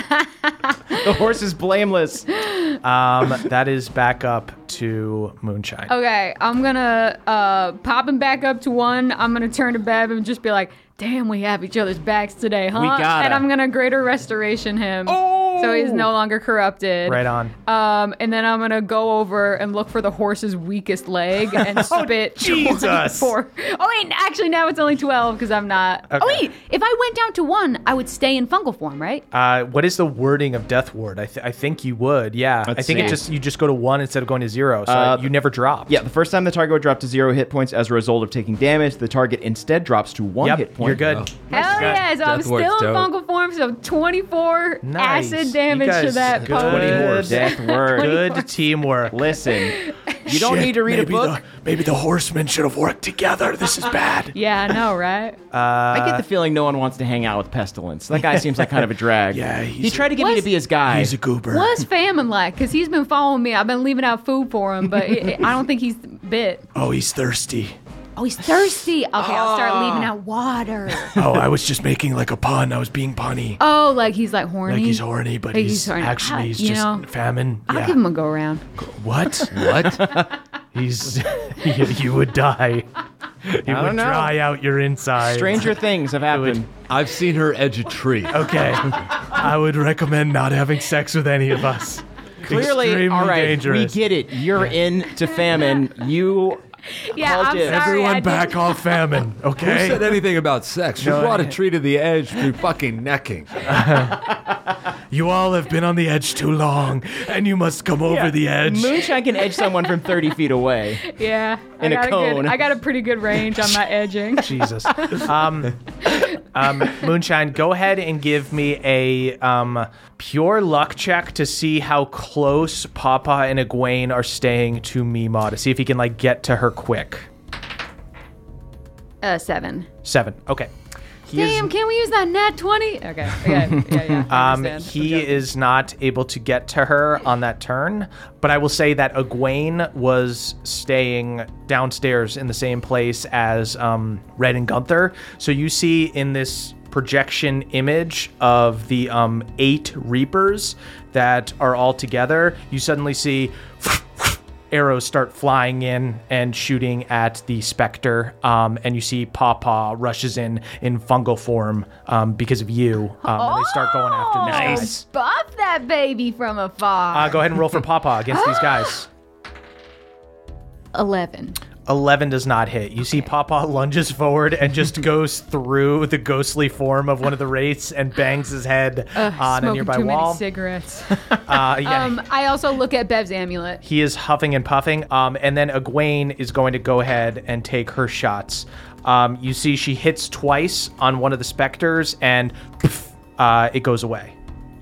Speaker 7: The horse is blameless.
Speaker 3: Um, that is back up to Moonshine.
Speaker 6: Okay, I'm gonna uh, pop him back up to one. I'm gonna turn to Bev and just be like, "Damn, we have each other's backs today, huh?"
Speaker 7: gotta.
Speaker 6: And I'm gonna greater restoration him, so he's no longer corrupted.
Speaker 3: Right on.
Speaker 6: Um, and then I'm gonna go over and look for the horse's weakest leg and spit.
Speaker 3: Jesus.
Speaker 6: 24. Oh wait, actually now it's only twelve because I'm not. Oh
Speaker 3: Okay.
Speaker 6: wait, if I went down to one, I would stay in fungal form, right?
Speaker 3: Uh, what is the wording of Death Ward? I, th- I think you would. Yeah. I think it
Speaker 7: see. Uh,
Speaker 3: just you just go to one instead of going to zero, so you never drop.
Speaker 7: yeah, the first time the target would drop to zero hit points as a result of taking damage, the target instead drops to one
Speaker 3: Yep.
Speaker 7: hit point.
Speaker 3: You're good.
Speaker 6: Hell yeah! So I'm
Speaker 8: Death Ward's
Speaker 6: still in
Speaker 8: dope.
Speaker 6: fungal form, so 24
Speaker 3: Nice. You
Speaker 6: acid damage to
Speaker 3: guys-
Speaker 6: that.
Speaker 3: good.
Speaker 6: pony.
Speaker 3: Good.
Speaker 7: Death word.
Speaker 3: Good teamwork.
Speaker 7: Listen, you don't
Speaker 9: Shit,
Speaker 7: need to read a
Speaker 9: maybe
Speaker 7: book.
Speaker 9: The, maybe the horsemen should have worked together. This is bad.
Speaker 6: Yeah, I know, right?
Speaker 3: Uh-huh.
Speaker 7: I
Speaker 3: Uh,
Speaker 7: get the feeling no one wants to hang out with Pestilence. That guy seems like kind of a drag.
Speaker 9: Yeah, he's
Speaker 7: he tried to get me to be his guy.
Speaker 9: He's a goober.
Speaker 6: What's famine like? Because he's been following me. I've been leaving out food for him, but it, it- I don't think he's bit.
Speaker 9: Oh, he's thirsty.
Speaker 6: Oh, he's thirsty. Okay, I'll start leaving out water.
Speaker 9: Oh, I was just making like a pun. I was being punny.
Speaker 6: Oh, like he's like horny.
Speaker 9: Like he's horny, but
Speaker 6: Like
Speaker 9: he's,
Speaker 6: he's horny.
Speaker 9: actually he's
Speaker 6: You
Speaker 9: just
Speaker 6: know,
Speaker 9: famine.
Speaker 6: I'll
Speaker 9: yeah.
Speaker 6: give him a go round.
Speaker 9: what?
Speaker 8: what?
Speaker 3: He's you, you would die. It would
Speaker 7: I don't know.
Speaker 3: dry out your insides.
Speaker 7: Stranger things have happened.
Speaker 8: I've seen her edge a tree.
Speaker 3: Okay. I would recommend not having sex with any of us.
Speaker 7: Clearly,
Speaker 3: Extremely
Speaker 7: all right,
Speaker 3: dangerous.
Speaker 7: we get it. You're in to famine. You
Speaker 6: Yeah,
Speaker 7: Called
Speaker 6: I'm
Speaker 7: it.
Speaker 6: sorry. I
Speaker 3: Everyone
Speaker 6: did-
Speaker 3: back off famine,
Speaker 8: Who
Speaker 3: okay?
Speaker 8: said anything about sex? She
Speaker 3: No,
Speaker 8: brought a
Speaker 3: I-
Speaker 8: tree to the edge through fucking necking.
Speaker 3: You all have been on the edge too long, and you must come over
Speaker 7: Yeah.
Speaker 3: the edge.
Speaker 7: Moonshine can edge someone from 30 feet away.
Speaker 6: Yeah.
Speaker 7: In a
Speaker 6: I got good-
Speaker 7: cone.
Speaker 6: I got a pretty good range on my edging.
Speaker 3: Jesus. Um, um, Moonshine, go ahead and give me a um, pure luck check to see how close Papa and Egwene are staying to Mima to see if he can like get to her quick.
Speaker 6: Uh, seven.
Speaker 3: Seven. Okay. He is-
Speaker 6: Damn, can we use that nat 20? Okay. okay. Yeah, yeah. I
Speaker 3: Um,
Speaker 6: understand.
Speaker 3: he is not able to get to her on that turn, but I will say that Egwene was staying downstairs in the same place as um, Red and Gunther. So you see in this projection image of the um, eight Reapers that are all together, you suddenly see arrows start flying in and shooting at the specter um, and you see pawpaw rushes in in fungal form um, because of you um, and they start going after this guy.
Speaker 6: Buff Oh, that baby from afar.
Speaker 3: uh, go ahead and roll for pawpaw against these guys Uh,
Speaker 6: 11.
Speaker 3: 11 does not hit you see pawpaw lunges forward and just goes through the ghostly form of one of the wraiths and bangs his head uh, on
Speaker 6: Ugh,
Speaker 3: a
Speaker 6: smoking
Speaker 3: nearby
Speaker 6: too
Speaker 3: wall
Speaker 6: many cigarettes.
Speaker 3: uh, yeah,
Speaker 6: Um, I also look at Bev's amulet.
Speaker 3: He is huffing and puffing. Um, and then Egwene is going to go ahead and take her shots. Um, you see, she hits twice on one of the specters, and poof, uh, it goes away.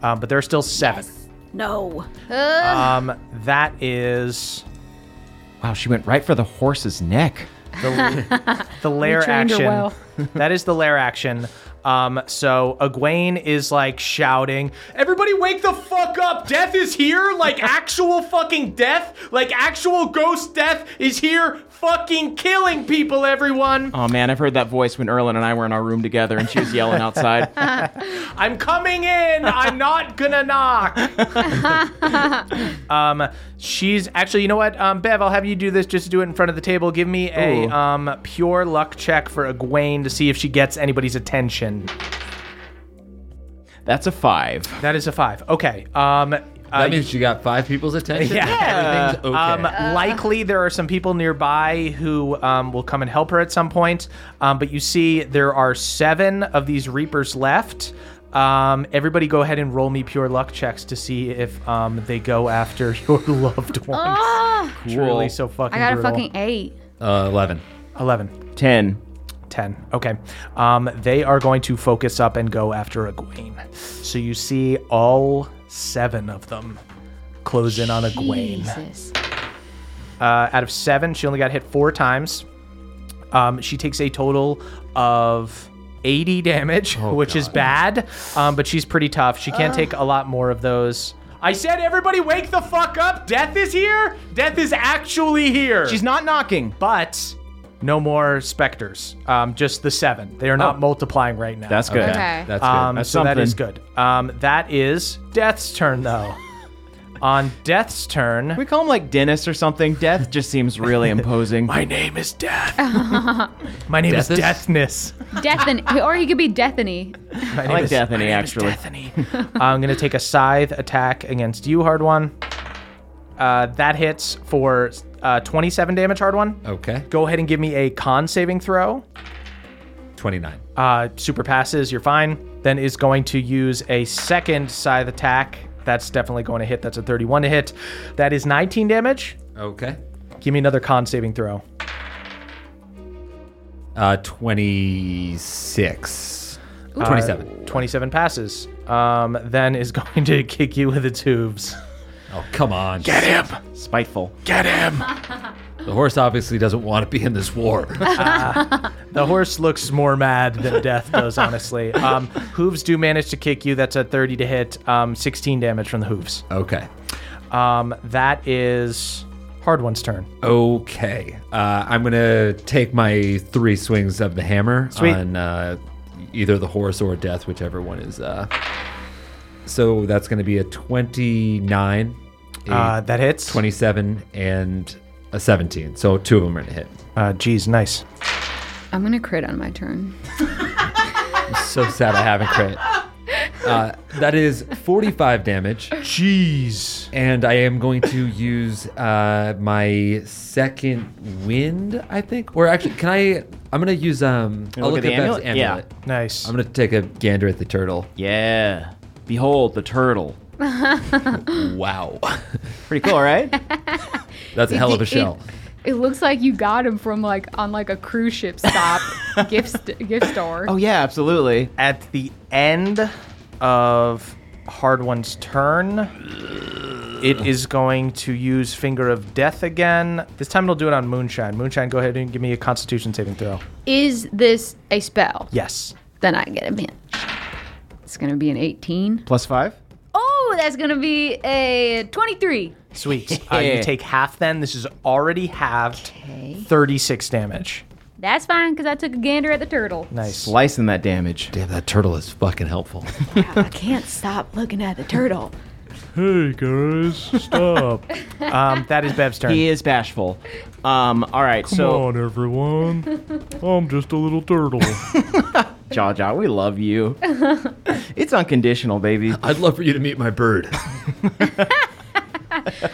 Speaker 3: Um, but there are still seven.
Speaker 6: No.
Speaker 3: Um, that is
Speaker 7: Wow, she went right for the horse's neck.
Speaker 3: the, the lair
Speaker 7: trained her
Speaker 3: action.
Speaker 7: well.
Speaker 3: that is the lair action. Um, so Egwene is like shouting, Everybody wake the fuck up! Death is here! Like actual fucking death! Like actual ghost death is here fucking killing people, everyone!
Speaker 7: Oh man, I've heard that voice when Erlen and I were in our room together and she was yelling outside.
Speaker 3: I'm coming in. I'm not gonna knock. um, she's actually, you know what, um, Bev, I'll have you do this. Just do it in front of the table. Give me a
Speaker 7: Ooh.
Speaker 3: um pure luck check for Egwene to see if she gets anybody's attention.
Speaker 7: That's a five.
Speaker 3: That is a five. Okay. Um.
Speaker 8: That means she got five people's attention.
Speaker 3: Yeah.
Speaker 8: Everything's okay.
Speaker 3: Um,
Speaker 6: Uh.
Speaker 3: likely there are some people nearby who um, will come and help her at some point. Um, but you see, there are seven of these Reapers left. Um, everybody go ahead and roll me pure luck checks to see if um, they go after your loved one.
Speaker 6: Ah!
Speaker 3: Truly so fucking
Speaker 6: I got a
Speaker 3: brutal.
Speaker 6: fucking 8.
Speaker 8: Uh, 11.
Speaker 3: 11.
Speaker 7: 10.
Speaker 3: 10. Okay. Um, they are going to focus up and go after Egwene. So you see all seven of them close in on Egwene.
Speaker 6: Jesus.
Speaker 3: Uh, out of seven, she only got hit four times. Um, she takes a total of 80 damage, which is bad, um, but she's pretty tough. She can't take a lot more of those. I said, everybody wake the fuck up. Death is here. Death is actually here.
Speaker 7: She's not knocking.
Speaker 3: But no more specters. Um, just the seven. They are not
Speaker 7: Oh.
Speaker 3: multiplying right now.
Speaker 7: That's good.
Speaker 6: Okay.
Speaker 8: That's good.
Speaker 3: Um,
Speaker 7: That's
Speaker 3: so that
Speaker 7: something.
Speaker 3: is good. Um, that is Death's turn, though. On Death's turn,
Speaker 7: We call him like Dennis or something. Death just seems really imposing.
Speaker 3: My name is Death. My name is
Speaker 8: Deathis?
Speaker 3: Deathness.
Speaker 6: Deathany. Or he could be Deathany.
Speaker 3: My
Speaker 7: I
Speaker 3: name
Speaker 7: like
Speaker 3: is-
Speaker 7: Daphne, actually.
Speaker 3: I'm going to take a scythe attack against you, hard one. Uh, that hits for uh, 27 damage, hard one.
Speaker 8: Okay.
Speaker 3: Go ahead and give me a con saving throw.
Speaker 8: 29.
Speaker 3: Uh, super passes, you're fine. Then is going to use a second scythe attack. That's definitely going to hit. That's a 31 to hit. That is 19 damage.
Speaker 8: Okay.
Speaker 3: Give me another con saving throw.
Speaker 8: Uh, 26. 27.
Speaker 3: 27 passes. Um, then is going to kick you with its hooves.
Speaker 8: Oh, come on.
Speaker 9: Get him!
Speaker 7: Spiteful.
Speaker 9: Get him!
Speaker 8: The horse obviously doesn't want to be in this war.
Speaker 3: The horse looks more mad than death does, honestly. Um, hooves do manage to kick you. That's a 30 to hit, um, 16 damage from the hooves.
Speaker 8: okay.
Speaker 3: Um, that is Hard One's turn.
Speaker 8: Okay. Uh, I'm going to take my three swings of the hammer
Speaker 3: Sweet.
Speaker 8: on uh, either the horse or death, whichever one is. Uh... So that's going to be a 29, a
Speaker 3: Uh, that hits.
Speaker 8: 27, and a 17. So two of them are going to hit.
Speaker 3: Uh, geez, nice.
Speaker 6: I'm going to crit on my turn.
Speaker 8: So sad I haven't crit. Uh, that is 45 damage.
Speaker 3: Jeez.
Speaker 8: And I am going to use uh, my second wind, I think. Or actually, can I? I'm going to use. um. I'll
Speaker 7: look
Speaker 8: look,
Speaker 7: at
Speaker 8: at,
Speaker 7: the
Speaker 8: Bev's
Speaker 7: amulet? Yeah.
Speaker 8: amulet.
Speaker 3: Nice.
Speaker 8: I'm going to take a gander at the turtle.
Speaker 7: Yeah. Behold the turtle.
Speaker 8: Wow.
Speaker 7: Pretty cool, right?
Speaker 8: That's a hell of a
Speaker 6: It-
Speaker 8: shell.
Speaker 6: It, it looks like you got him from like on like a cruise ship stop gift st- gift store.
Speaker 7: Oh yeah, absolutely.
Speaker 3: At the end of Hard One's turn, it is going to use Finger of Death again. This time it'll do it on Moonshine. Moonshine, go ahead and give me a Constitution saving throw.
Speaker 6: Is this a spell?
Speaker 3: Yes.
Speaker 6: Then I get him in. It's gonna be an 18.
Speaker 7: Plus five.
Speaker 6: Oh, that's gonna be a 23.
Speaker 3: Sweet. Uh, you take half then. This is already halved.
Speaker 6: Okay.
Speaker 3: 36 damage.
Speaker 6: That's fine because I took a gander at the turtle.
Speaker 3: Nice.
Speaker 7: Slicing that damage.
Speaker 8: Damn, that turtle is fucking helpful.
Speaker 6: I can't stop looking at the turtle.
Speaker 3: Hey, guys, stop. um, that is Bev's turn.
Speaker 7: He is bashful. Um, all right, so
Speaker 10: everyone. I'm just a little turtle.
Speaker 7: Jaw Jaw, we love you. it's unconditional, baby.
Speaker 8: I'd love for you to meet my bird.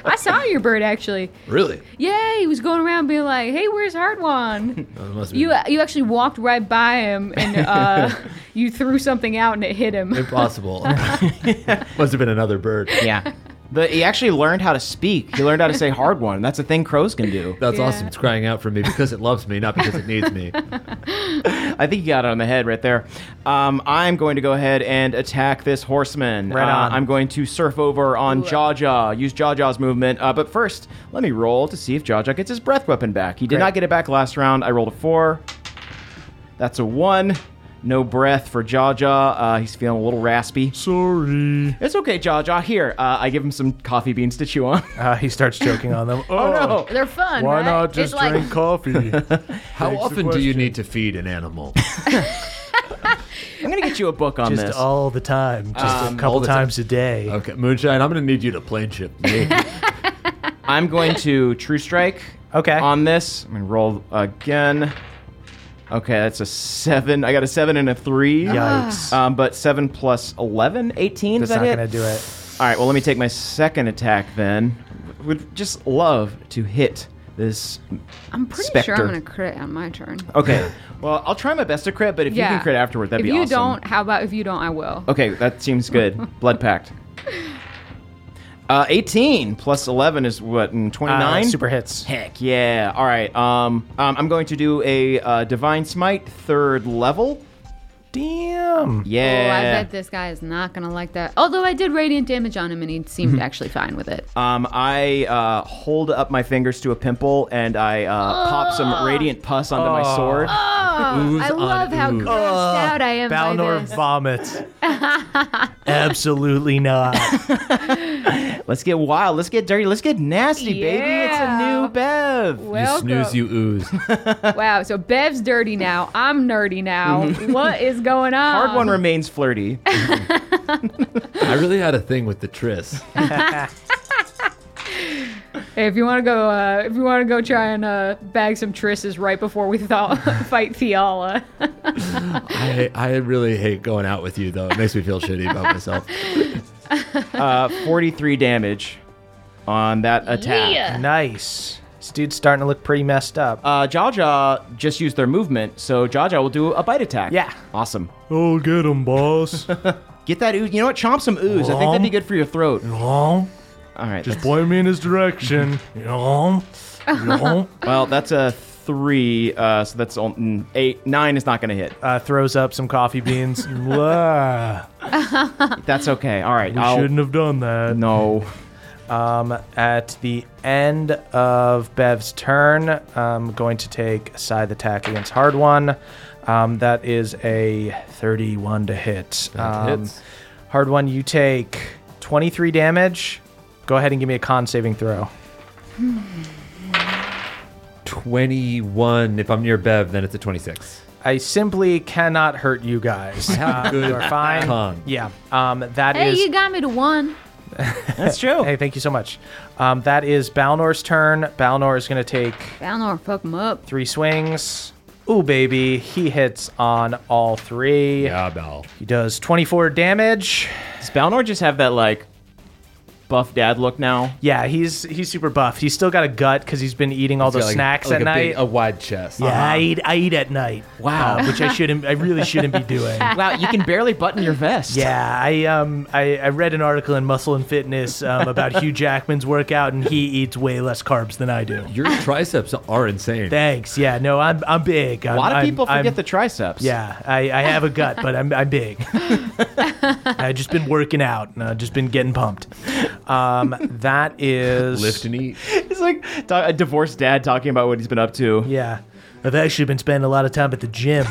Speaker 6: I saw your bird actually.
Speaker 8: Really?
Speaker 6: Yeah, he was going around being like, "Hey, where's Hard One?"
Speaker 8: That must be
Speaker 6: You you actually walked right by him and uh, you threw something out and it hit him.
Speaker 8: impossible. must have been another bird.
Speaker 7: Yeah. But he actually learned how to speak. He learned how to say hard one. That's a thing crows can do.
Speaker 8: That's
Speaker 6: Yeah.
Speaker 8: awesome. It's crying out for me because it loves me, not because it needs me.
Speaker 7: I think you got it on the head right there. Um, I'm going to go ahead and attack this horseman.
Speaker 3: Right
Speaker 7: Uh,
Speaker 3: on.
Speaker 7: I'm going to surf over on Jaw Jaw, use Jaw Jaw's movement. Uh, but first, let me roll to see if Jaw Jaw gets his breath weapon back. He did
Speaker 3: Great.
Speaker 7: not get it back last round. I rolled a four. That's a one. No breath for Jaw Jaw. Uh, he's feeling a little raspy.
Speaker 10: Sorry.
Speaker 7: It's okay, Jaw Jaw. Here, uh, I give him some coffee beans to chew on.
Speaker 3: Uh, he starts choking on them.
Speaker 7: oh no.
Speaker 6: They're fun,
Speaker 10: Why
Speaker 6: right?
Speaker 10: not
Speaker 6: It's
Speaker 10: just
Speaker 6: like-
Speaker 10: drink coffee?
Speaker 8: How
Speaker 10: Begs the
Speaker 8: often do you
Speaker 10: question.
Speaker 8: need to feed an animal?
Speaker 7: I'm gonna get you a book on
Speaker 3: Just
Speaker 7: this.
Speaker 3: all the time. Just a
Speaker 8: Um, all
Speaker 3: couple
Speaker 8: the time.
Speaker 3: times a day.
Speaker 8: Okay, Moonshine, I'm going to need you to plane ship me.
Speaker 7: I'm going to true strike.
Speaker 3: Okay.
Speaker 8: Um,
Speaker 7: On this, I'm gonna roll again. Okay, that's a seven. I got a seven and a three.
Speaker 3: Yikes.
Speaker 7: Um, but seven plus 11, 18.
Speaker 3: That's
Speaker 7: is that
Speaker 3: not
Speaker 7: it?
Speaker 3: going to do it.
Speaker 7: All right. Well, let me take my second attack then. Would just love to hit this.
Speaker 6: I'm pretty sure
Speaker 7: Spectre.
Speaker 6: I'm gonna crit on my turn.
Speaker 7: Okay. well, I'll try my best to crit, but if you can crit afterward, that'd
Speaker 6: if
Speaker 7: be
Speaker 6: you
Speaker 7: awesome.
Speaker 6: don't, how about if you don't, I will.
Speaker 7: Okay, that seems good. Blood pact. Uh, 18 plus 11 is what? mm, 29?
Speaker 3: Uh, super hits.
Speaker 7: Heck yeah! All right, um, um, I'm going to do a uh, divine smite third level.
Speaker 3: Damn.
Speaker 6: Oh, I
Speaker 7: Yeah.
Speaker 6: bet this guy is not gonna like that. Although I did radiant damage on him and he seemed actually fine with it.
Speaker 7: um, I uh, hold up my fingers to a pimple and I uh, pop
Speaker 6: Ah.
Speaker 7: some radiant pus onto
Speaker 3: Ah.
Speaker 7: my sword.
Speaker 6: Oh, I love how grossed out I am by
Speaker 3: Balnor
Speaker 6: this.
Speaker 3: vomits. Absolutely not.
Speaker 7: Let's get wild. Let's get dirty. Let's get nasty, baby. It's a
Speaker 6: Yeah.
Speaker 7: new Bev.
Speaker 8: you
Speaker 6: Welcome.
Speaker 8: snooze, you ooze.
Speaker 6: Wow. So Bev's dirty now. I'm nerdy now. what is going on?
Speaker 7: Hard one remains flirty.
Speaker 8: I really had a thing with the Triss.
Speaker 6: Hey, if you want to go, uh, if you want to go try and uh, bag some Trisses right before we th- fight Fiala.
Speaker 8: I, I really hate going out with you, though. It makes me feel shitty about myself.
Speaker 7: Uh, 43 damage on that attack.
Speaker 3: nice. This dude's starting to look pretty messed up.
Speaker 7: Uh, Jaja just used their movement, so Jaja will do a bite attack.
Speaker 3: Yeah.
Speaker 7: Awesome.
Speaker 10: oh, get him, boss.
Speaker 7: Get that ooze. You know what? Chomp some ooze. I think that'd be good for your throat.
Speaker 10: Nom.
Speaker 7: All right.
Speaker 10: Just
Speaker 7: that's-
Speaker 10: point me in his direction. Nom. Nom.
Speaker 7: Well, that's a three. Uh, so that's on mm, eight. Nine is not going to hit.
Speaker 3: Uh, throws up some coffee beans.
Speaker 10: Blah.
Speaker 7: That's okay. All right.
Speaker 10: We
Speaker 7: I'll-
Speaker 10: shouldn't have done that.
Speaker 7: No.
Speaker 3: Um, at the end of Bev's turn, I'm going to take a scythe attack against Hard One. Um, that is a 31 to hit. Um,
Speaker 8: hits.
Speaker 3: Hard One, you take 23 damage. Go ahead and give me a con saving throw.
Speaker 8: 21. If I'm near Bev, then it's a 26.
Speaker 3: I simply cannot hurt you guys. Uh,
Speaker 8: good
Speaker 3: you are fine.
Speaker 8: con.
Speaker 3: Yeah. Um, that
Speaker 6: Hey,
Speaker 3: is-
Speaker 6: you got me to one.
Speaker 7: That's true.
Speaker 3: Hey, thank you so much. Um, that is Balnor's turn. Balnor is going to take
Speaker 6: Balnor, fuck him up.
Speaker 3: three swings. Ooh, baby. He hits on all three.
Speaker 8: Yeah, Bell.
Speaker 3: He does 24 damage.
Speaker 7: Does Balnor just have that, like, buff dad look now?
Speaker 3: Yeah, he's he's super buff. He's still got a gut because he's been eating all
Speaker 7: He's
Speaker 3: those
Speaker 7: got like-
Speaker 3: snacks
Speaker 7: like
Speaker 3: at
Speaker 7: a
Speaker 3: night.
Speaker 7: big-
Speaker 8: a wide chest.
Speaker 3: Yeah,
Speaker 7: Uh-huh.
Speaker 3: I eat I eat at night.
Speaker 7: Wow.
Speaker 3: uh, which I shouldn't. I really shouldn't be doing.
Speaker 7: wow, you can barely button your vest.
Speaker 3: Yeah, I um I, I read an article in Muscle and Fitness um, about Hugh Jackman's workout, and he eats way less carbs than I do.
Speaker 8: Your triceps are insane.
Speaker 3: Thanks. Yeah. No, I'm I'm big.
Speaker 8: A
Speaker 3: I'm,
Speaker 8: lot of
Speaker 3: I'm-
Speaker 8: people forget
Speaker 3: I'm-
Speaker 8: the triceps.
Speaker 3: Yeah, I, I have a gut, but I'm I'm big. I've just been working out, and I've just been getting pumped. Um, that is
Speaker 7: Lift
Speaker 8: and eat.
Speaker 7: It's like ta- a divorced dad talking about what he's been up to.
Speaker 3: Yeah. I've actually been spending a lot of time at the gym.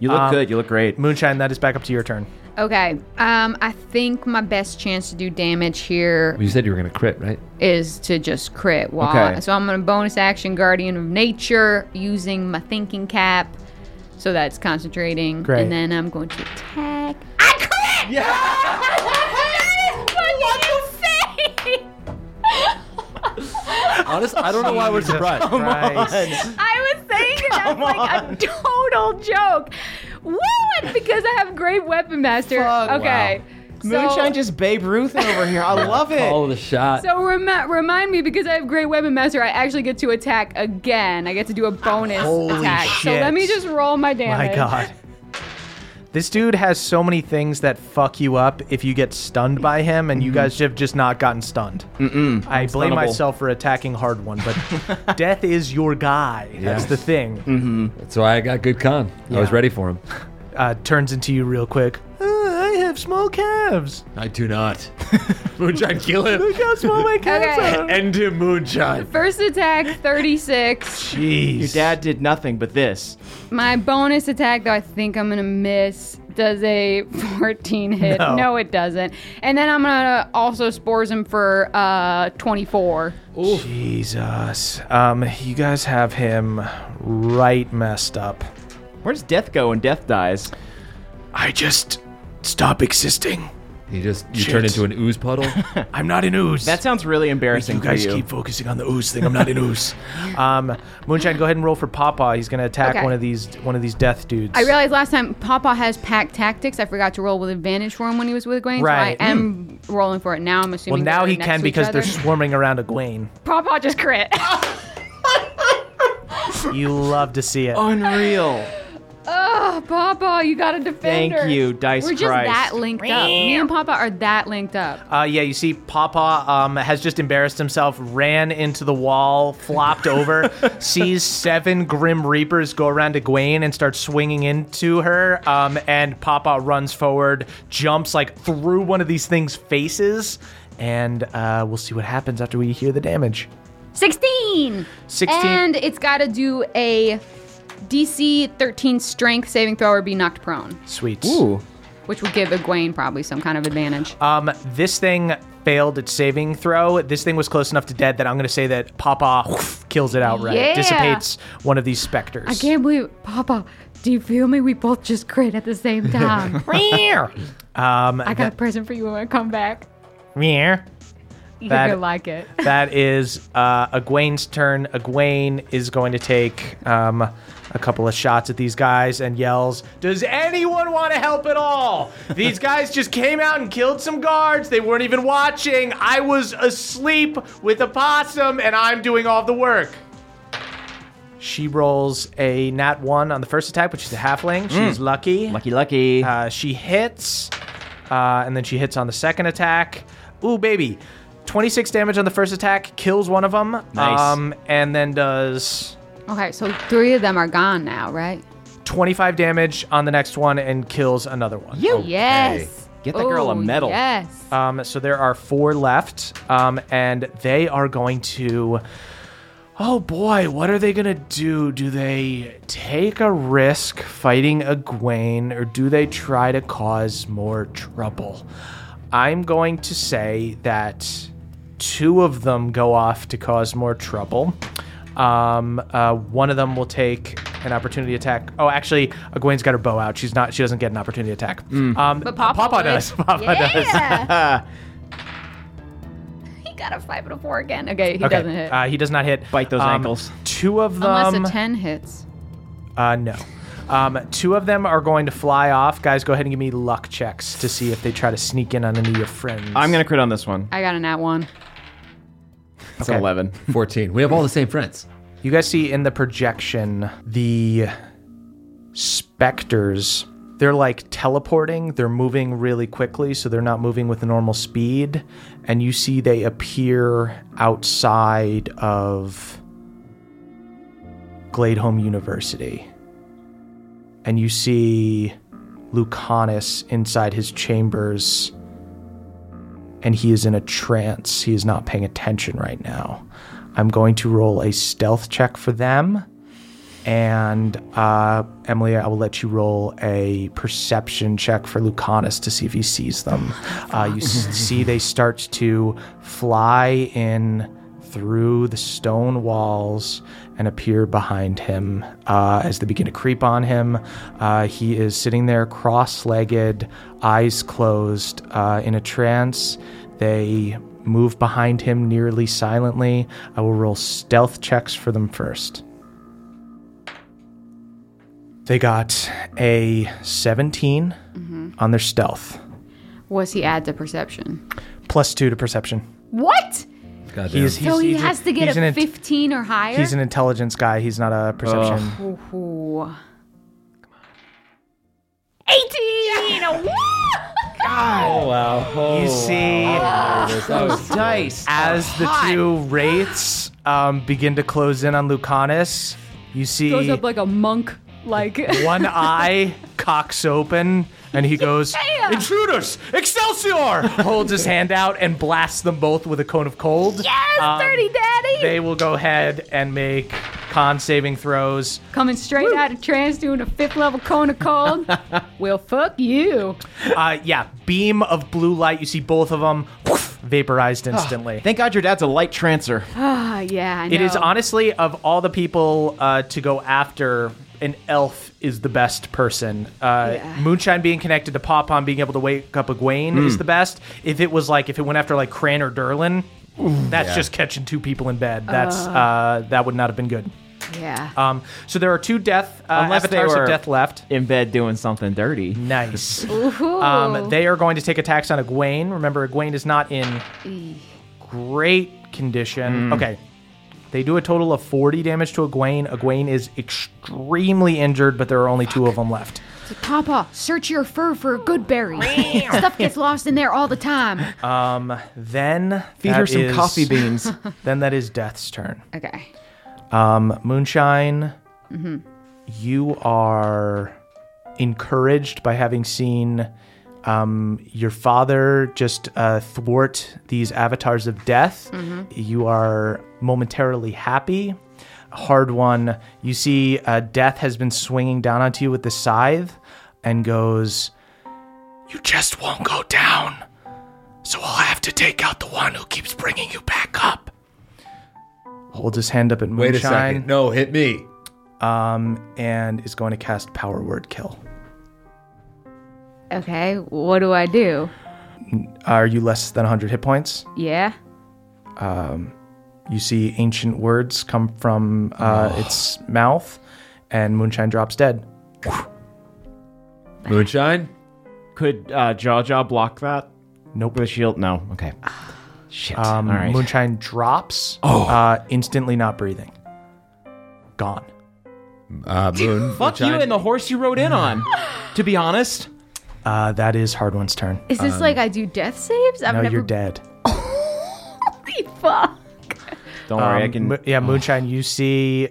Speaker 7: You
Speaker 3: Um,
Speaker 7: look good. You look great.
Speaker 3: Moonshine, that is back up to your turn.
Speaker 6: Okay. Um, I think my best chance to do damage here
Speaker 8: You said you were going to crit, right?
Speaker 6: is to just crit. While
Speaker 8: Okay.
Speaker 6: So I'm going to bonus action Guardian of Nature using my thinking cap. So that's concentrating.
Speaker 3: Great.
Speaker 6: And then I'm going to attack. I crit! Yeah!
Speaker 8: Honest, I don't know why we're
Speaker 9: Jesus
Speaker 8: surprised.
Speaker 9: Christ.
Speaker 6: I was saying it as like a total joke. What? Because I have great weapon master. okay. So-
Speaker 7: Moonshine just Babe Ruth over here. I love it.
Speaker 8: Call the shot.
Speaker 6: So remi- remind me because I have great weapon master, I actually get to attack again. I get to do a bonus
Speaker 3: Holy
Speaker 6: attack. So
Speaker 3: shit.
Speaker 6: let me just roll my damage.
Speaker 3: My God. This dude has so many things that fuck you up if you get stunned by him, and you guys have just not gotten stunned.
Speaker 7: Mm-hmm. Mm-mm.
Speaker 3: I blame
Speaker 7: Stunnable.
Speaker 3: myself for attacking hard one, but death is your guy. That's
Speaker 8: Yeah.
Speaker 3: the thing.
Speaker 7: Mm.
Speaker 8: Mm-hmm. That's why I got good con. I was
Speaker 3: Yeah.
Speaker 8: ready for him.
Speaker 3: Uh, turns into you real quick. Uh, I have small calves.
Speaker 8: I do not. Moonshine, kill him.
Speaker 3: Look how small my calves
Speaker 6: Okay.
Speaker 3: are.
Speaker 8: End him, Moonshine.
Speaker 6: First attack, 36.
Speaker 3: Jeez.
Speaker 7: Your dad did nothing but this.
Speaker 6: My bonus attack, though, I think I'm going to miss, does a 14 hit.
Speaker 7: No.
Speaker 6: No, it doesn't. And then I'm going to also spores him for uh, 24.
Speaker 3: Jesus. Um, you guys have him right messed up.
Speaker 7: Where's Death go when Death dies?
Speaker 10: I just stop existing.
Speaker 8: He just you
Speaker 10: Shit.
Speaker 8: turn into an ooze puddle.
Speaker 10: I'm not an ooze.
Speaker 7: That sounds really embarrassing
Speaker 10: You guys
Speaker 7: for you.
Speaker 10: keep focusing on the ooze thing. I'm not an ooze.
Speaker 3: Um, Moonshine, go ahead and roll for Papa. He's gonna attack
Speaker 6: Okay.
Speaker 3: one of these one of these death dudes.
Speaker 6: I realized last time Papa has pack tactics. I forgot to roll with advantage for him when he was with Gwen.
Speaker 3: Right. Hmm.
Speaker 6: So I am rolling for it now. I'm
Speaker 3: well,
Speaker 6: assuming.
Speaker 3: now
Speaker 6: they're
Speaker 3: he
Speaker 6: next
Speaker 3: can
Speaker 6: to each
Speaker 3: because they're
Speaker 6: other.
Speaker 3: swarming around Egwene.
Speaker 6: Papa just crit.
Speaker 3: You love to see it.
Speaker 7: Unreal.
Speaker 6: Oh, Papa, you got a defender.
Speaker 3: you, Dice
Speaker 6: We're just
Speaker 3: Christ.
Speaker 6: that linked up. Me and Papa are that linked up.
Speaker 3: Uh, yeah, you see, Papa um, has just embarrassed himself, ran into the wall, flopped over, sees seven Grim Reapers go around Egwene and start swinging into her. Um, and Papa runs forward, jumps like through one of these things' faces, and uh, we'll see what happens after we hear the damage.
Speaker 6: 16.
Speaker 3: 16.
Speaker 6: And it's got to do a DC 13 strength saving throw or be knocked prone,
Speaker 3: Sweet.
Speaker 7: Ooh.
Speaker 6: which would give Egwene probably some kind of advantage.
Speaker 3: Um, this thing failed its saving throw. This thing was close enough to dead that I'm going to say that Papa whoof, kills it outright,
Speaker 6: Yeah.
Speaker 3: dissipates one of these specters.
Speaker 6: I can't believe Papa, do you feel me? We both just crit at the same time. Meow.
Speaker 3: Um,
Speaker 6: I got a present for you when I come back.
Speaker 3: Meow.
Speaker 6: You're
Speaker 3: That-
Speaker 6: gonna like it.
Speaker 3: that is uh, Egwene's turn. Egwene is going to take um, a couple of shots at these guys and yells, Does anyone want to help at all? These guys just came out and killed some guards. They weren't even watching. I was asleep with a possum and I'm doing all the work. She rolls a nat one on the first attack, which is a halfling. She's
Speaker 7: Mm.
Speaker 3: lucky.
Speaker 7: Lucky, lucky.
Speaker 3: Uh, she hits, uh, and then she hits on the second attack. Ooh, baby. 26 damage on the first attack, kills one of them.
Speaker 6: Nice.
Speaker 3: and then does
Speaker 6: Okay, so three of them are gone now, right?
Speaker 3: 25 damage on the next one and kills another one.
Speaker 6: Yes.
Speaker 3: Get that girl a
Speaker 6: Oh,
Speaker 3: medal.
Speaker 6: Yes.
Speaker 3: Um, so there are four left, um, and they are going to. Oh boy, what are they gonna do? Do they take a risk fighting Egwene, or do they try to cause more trouble? I'm going to say that two of them go off to cause more trouble. Um, uh, one of them will take an opportunity attack. Oh, actually, Egwene's got her bow out. She's not. She doesn't get an opportunity attack. Um,
Speaker 6: But Papa would.
Speaker 3: does. Papa
Speaker 6: Yeah.
Speaker 3: does.
Speaker 6: He got a five and a four again. Okay, he
Speaker 3: okay. Um,
Speaker 6: doesn't hit.
Speaker 3: Uh, he does not hit. Bite those ankles. Two of Um, them.
Speaker 6: Unless a ten hits.
Speaker 3: Uh, no. Um, two of them are going to fly off. Guys, go ahead and give me luck checks to see if they try to sneak in on any of your friends.
Speaker 7: I'm going to crit on this one.
Speaker 6: I got a nat one.
Speaker 7: It's an 11.
Speaker 8: 14. We have all the same friends.
Speaker 3: You guys see in the projection the specters. They're like teleporting, they're moving really quickly, so they're not moving with the normal speed. And you see they appear outside of Gladeholm University. And you see Lucanus inside his chambers and he is in a trance. He is not paying attention right now. I'm going to roll a stealth check for them. And uh, Emily, I will let you roll a perception check for Lucanus to see if he sees them. Uh, you s- see they start to fly in through the stone walls and appear behind him uh, as they begin to creep on him. Uh, he is sitting there cross legged, eyes closed, uh, in a trance. They move behind him nearly silently. I will roll stealth checks for them first. They got a 17
Speaker 6: Mm-hmm.
Speaker 3: on their stealth,
Speaker 6: Was he add to perception?
Speaker 3: plus two to perception.
Speaker 6: What?
Speaker 3: Goddamn. He's-
Speaker 6: so he
Speaker 3: he's-
Speaker 6: has to get
Speaker 3: he's
Speaker 6: a
Speaker 3: an int-
Speaker 6: 15 or higher?
Speaker 3: He's an intelligence guy. He's not a perception.
Speaker 6: Ooh. 18!
Speaker 3: Oh wow! you see
Speaker 6: Oh,
Speaker 3: those dice as the two wraiths um, begin to close in on Lucanus. You
Speaker 5: Goes
Speaker 3: see
Speaker 5: up like a monk. Like
Speaker 3: one eye cocks open, and he goes,
Speaker 5: Yeah.
Speaker 3: "Intruders, Excelsior!" Holds his hand out and blasts them both with a cone of cold.
Speaker 6: Yes,
Speaker 3: Um,
Speaker 6: dirty daddy!
Speaker 3: They will go ahead and make con saving throws.
Speaker 6: Coming straight out of trance, doing a fifth level cone of cold. well, fuck you.
Speaker 3: Uh, yeah, beam of blue light. You see both of them vaporized instantly.
Speaker 7: Thank God your dad's a light trancer.
Speaker 6: Ah, yeah, I know.
Speaker 3: It is honestly of all the people uh, to go after, an elf is the best person. Uh,
Speaker 6: Yeah.
Speaker 3: Moonshine being connected to Pop Pom being able to wake up Egwene is
Speaker 7: Mm.
Speaker 3: the best. If it was like if it went after like Cran or Derlin, that's
Speaker 7: Yeah.
Speaker 3: just catching two people in bed. That's uh,
Speaker 6: Uh.
Speaker 3: that would not have been good.
Speaker 6: Yeah.
Speaker 3: Um, so there are two death uh,
Speaker 7: Unless they
Speaker 3: avatars
Speaker 7: were
Speaker 3: of death left
Speaker 7: in bed doing something dirty.
Speaker 3: Nice.
Speaker 6: Ooh.
Speaker 3: Um, they are going to take attacks on Egwene. Remember, Egwene is not in
Speaker 6: Eeh.
Speaker 3: great condition.
Speaker 7: Mm.
Speaker 3: Okay. They do a total of 40 damage to Egwene. Egwene is extremely injured, but there are only two of them left.
Speaker 6: So, Papa, search your fur for good berries. Stuff gets lost in there all the time.
Speaker 3: Um, then.
Speaker 7: Feed her
Speaker 3: that
Speaker 7: some
Speaker 3: is-
Speaker 7: coffee beans.
Speaker 3: then that is Death's turn.
Speaker 6: Okay.
Speaker 3: Um, Moonshine,
Speaker 6: Mhm.
Speaker 3: you are encouraged by having seen um, your father just uh, thwart these avatars of death.
Speaker 11: Mhm.
Speaker 3: You are momentarily happy. Hard one. You see, uh, death has been swinging down onto you with the scythe and goes, You just won't go down. So I'll have to take out the one who keeps bringing you back up. holds his hand up at
Speaker 8: Wait a
Speaker 3: moonshine.
Speaker 8: second. No, hit me.
Speaker 3: Um, and is going to cast power word kill.
Speaker 6: Okay, what do I do?
Speaker 3: Are you less than 100 hit points?
Speaker 6: Yeah.
Speaker 3: Um, you see ancient words come from uh, its mouth, and Moonshine drops dead.
Speaker 8: Moonshine?
Speaker 7: Could uh, Jaw Jaw block that?
Speaker 3: Nope.
Speaker 7: With a shield? No. Okay. Shit.
Speaker 3: Um,
Speaker 7: All right. Oh.
Speaker 3: Moonshine drops, uh, instantly not breathing. Gone.
Speaker 8: Uh, moon,
Speaker 7: Fuck you and the horse you rode in on, to be honest.
Speaker 3: Uh, that is Hard One's turn.
Speaker 6: Is this like I do death saves? I've
Speaker 3: Um, no,
Speaker 6: never.
Speaker 3: you're dead.
Speaker 6: Holy fuck.
Speaker 7: Don't worry, I can-
Speaker 3: mo- yeah, Moonshine, you see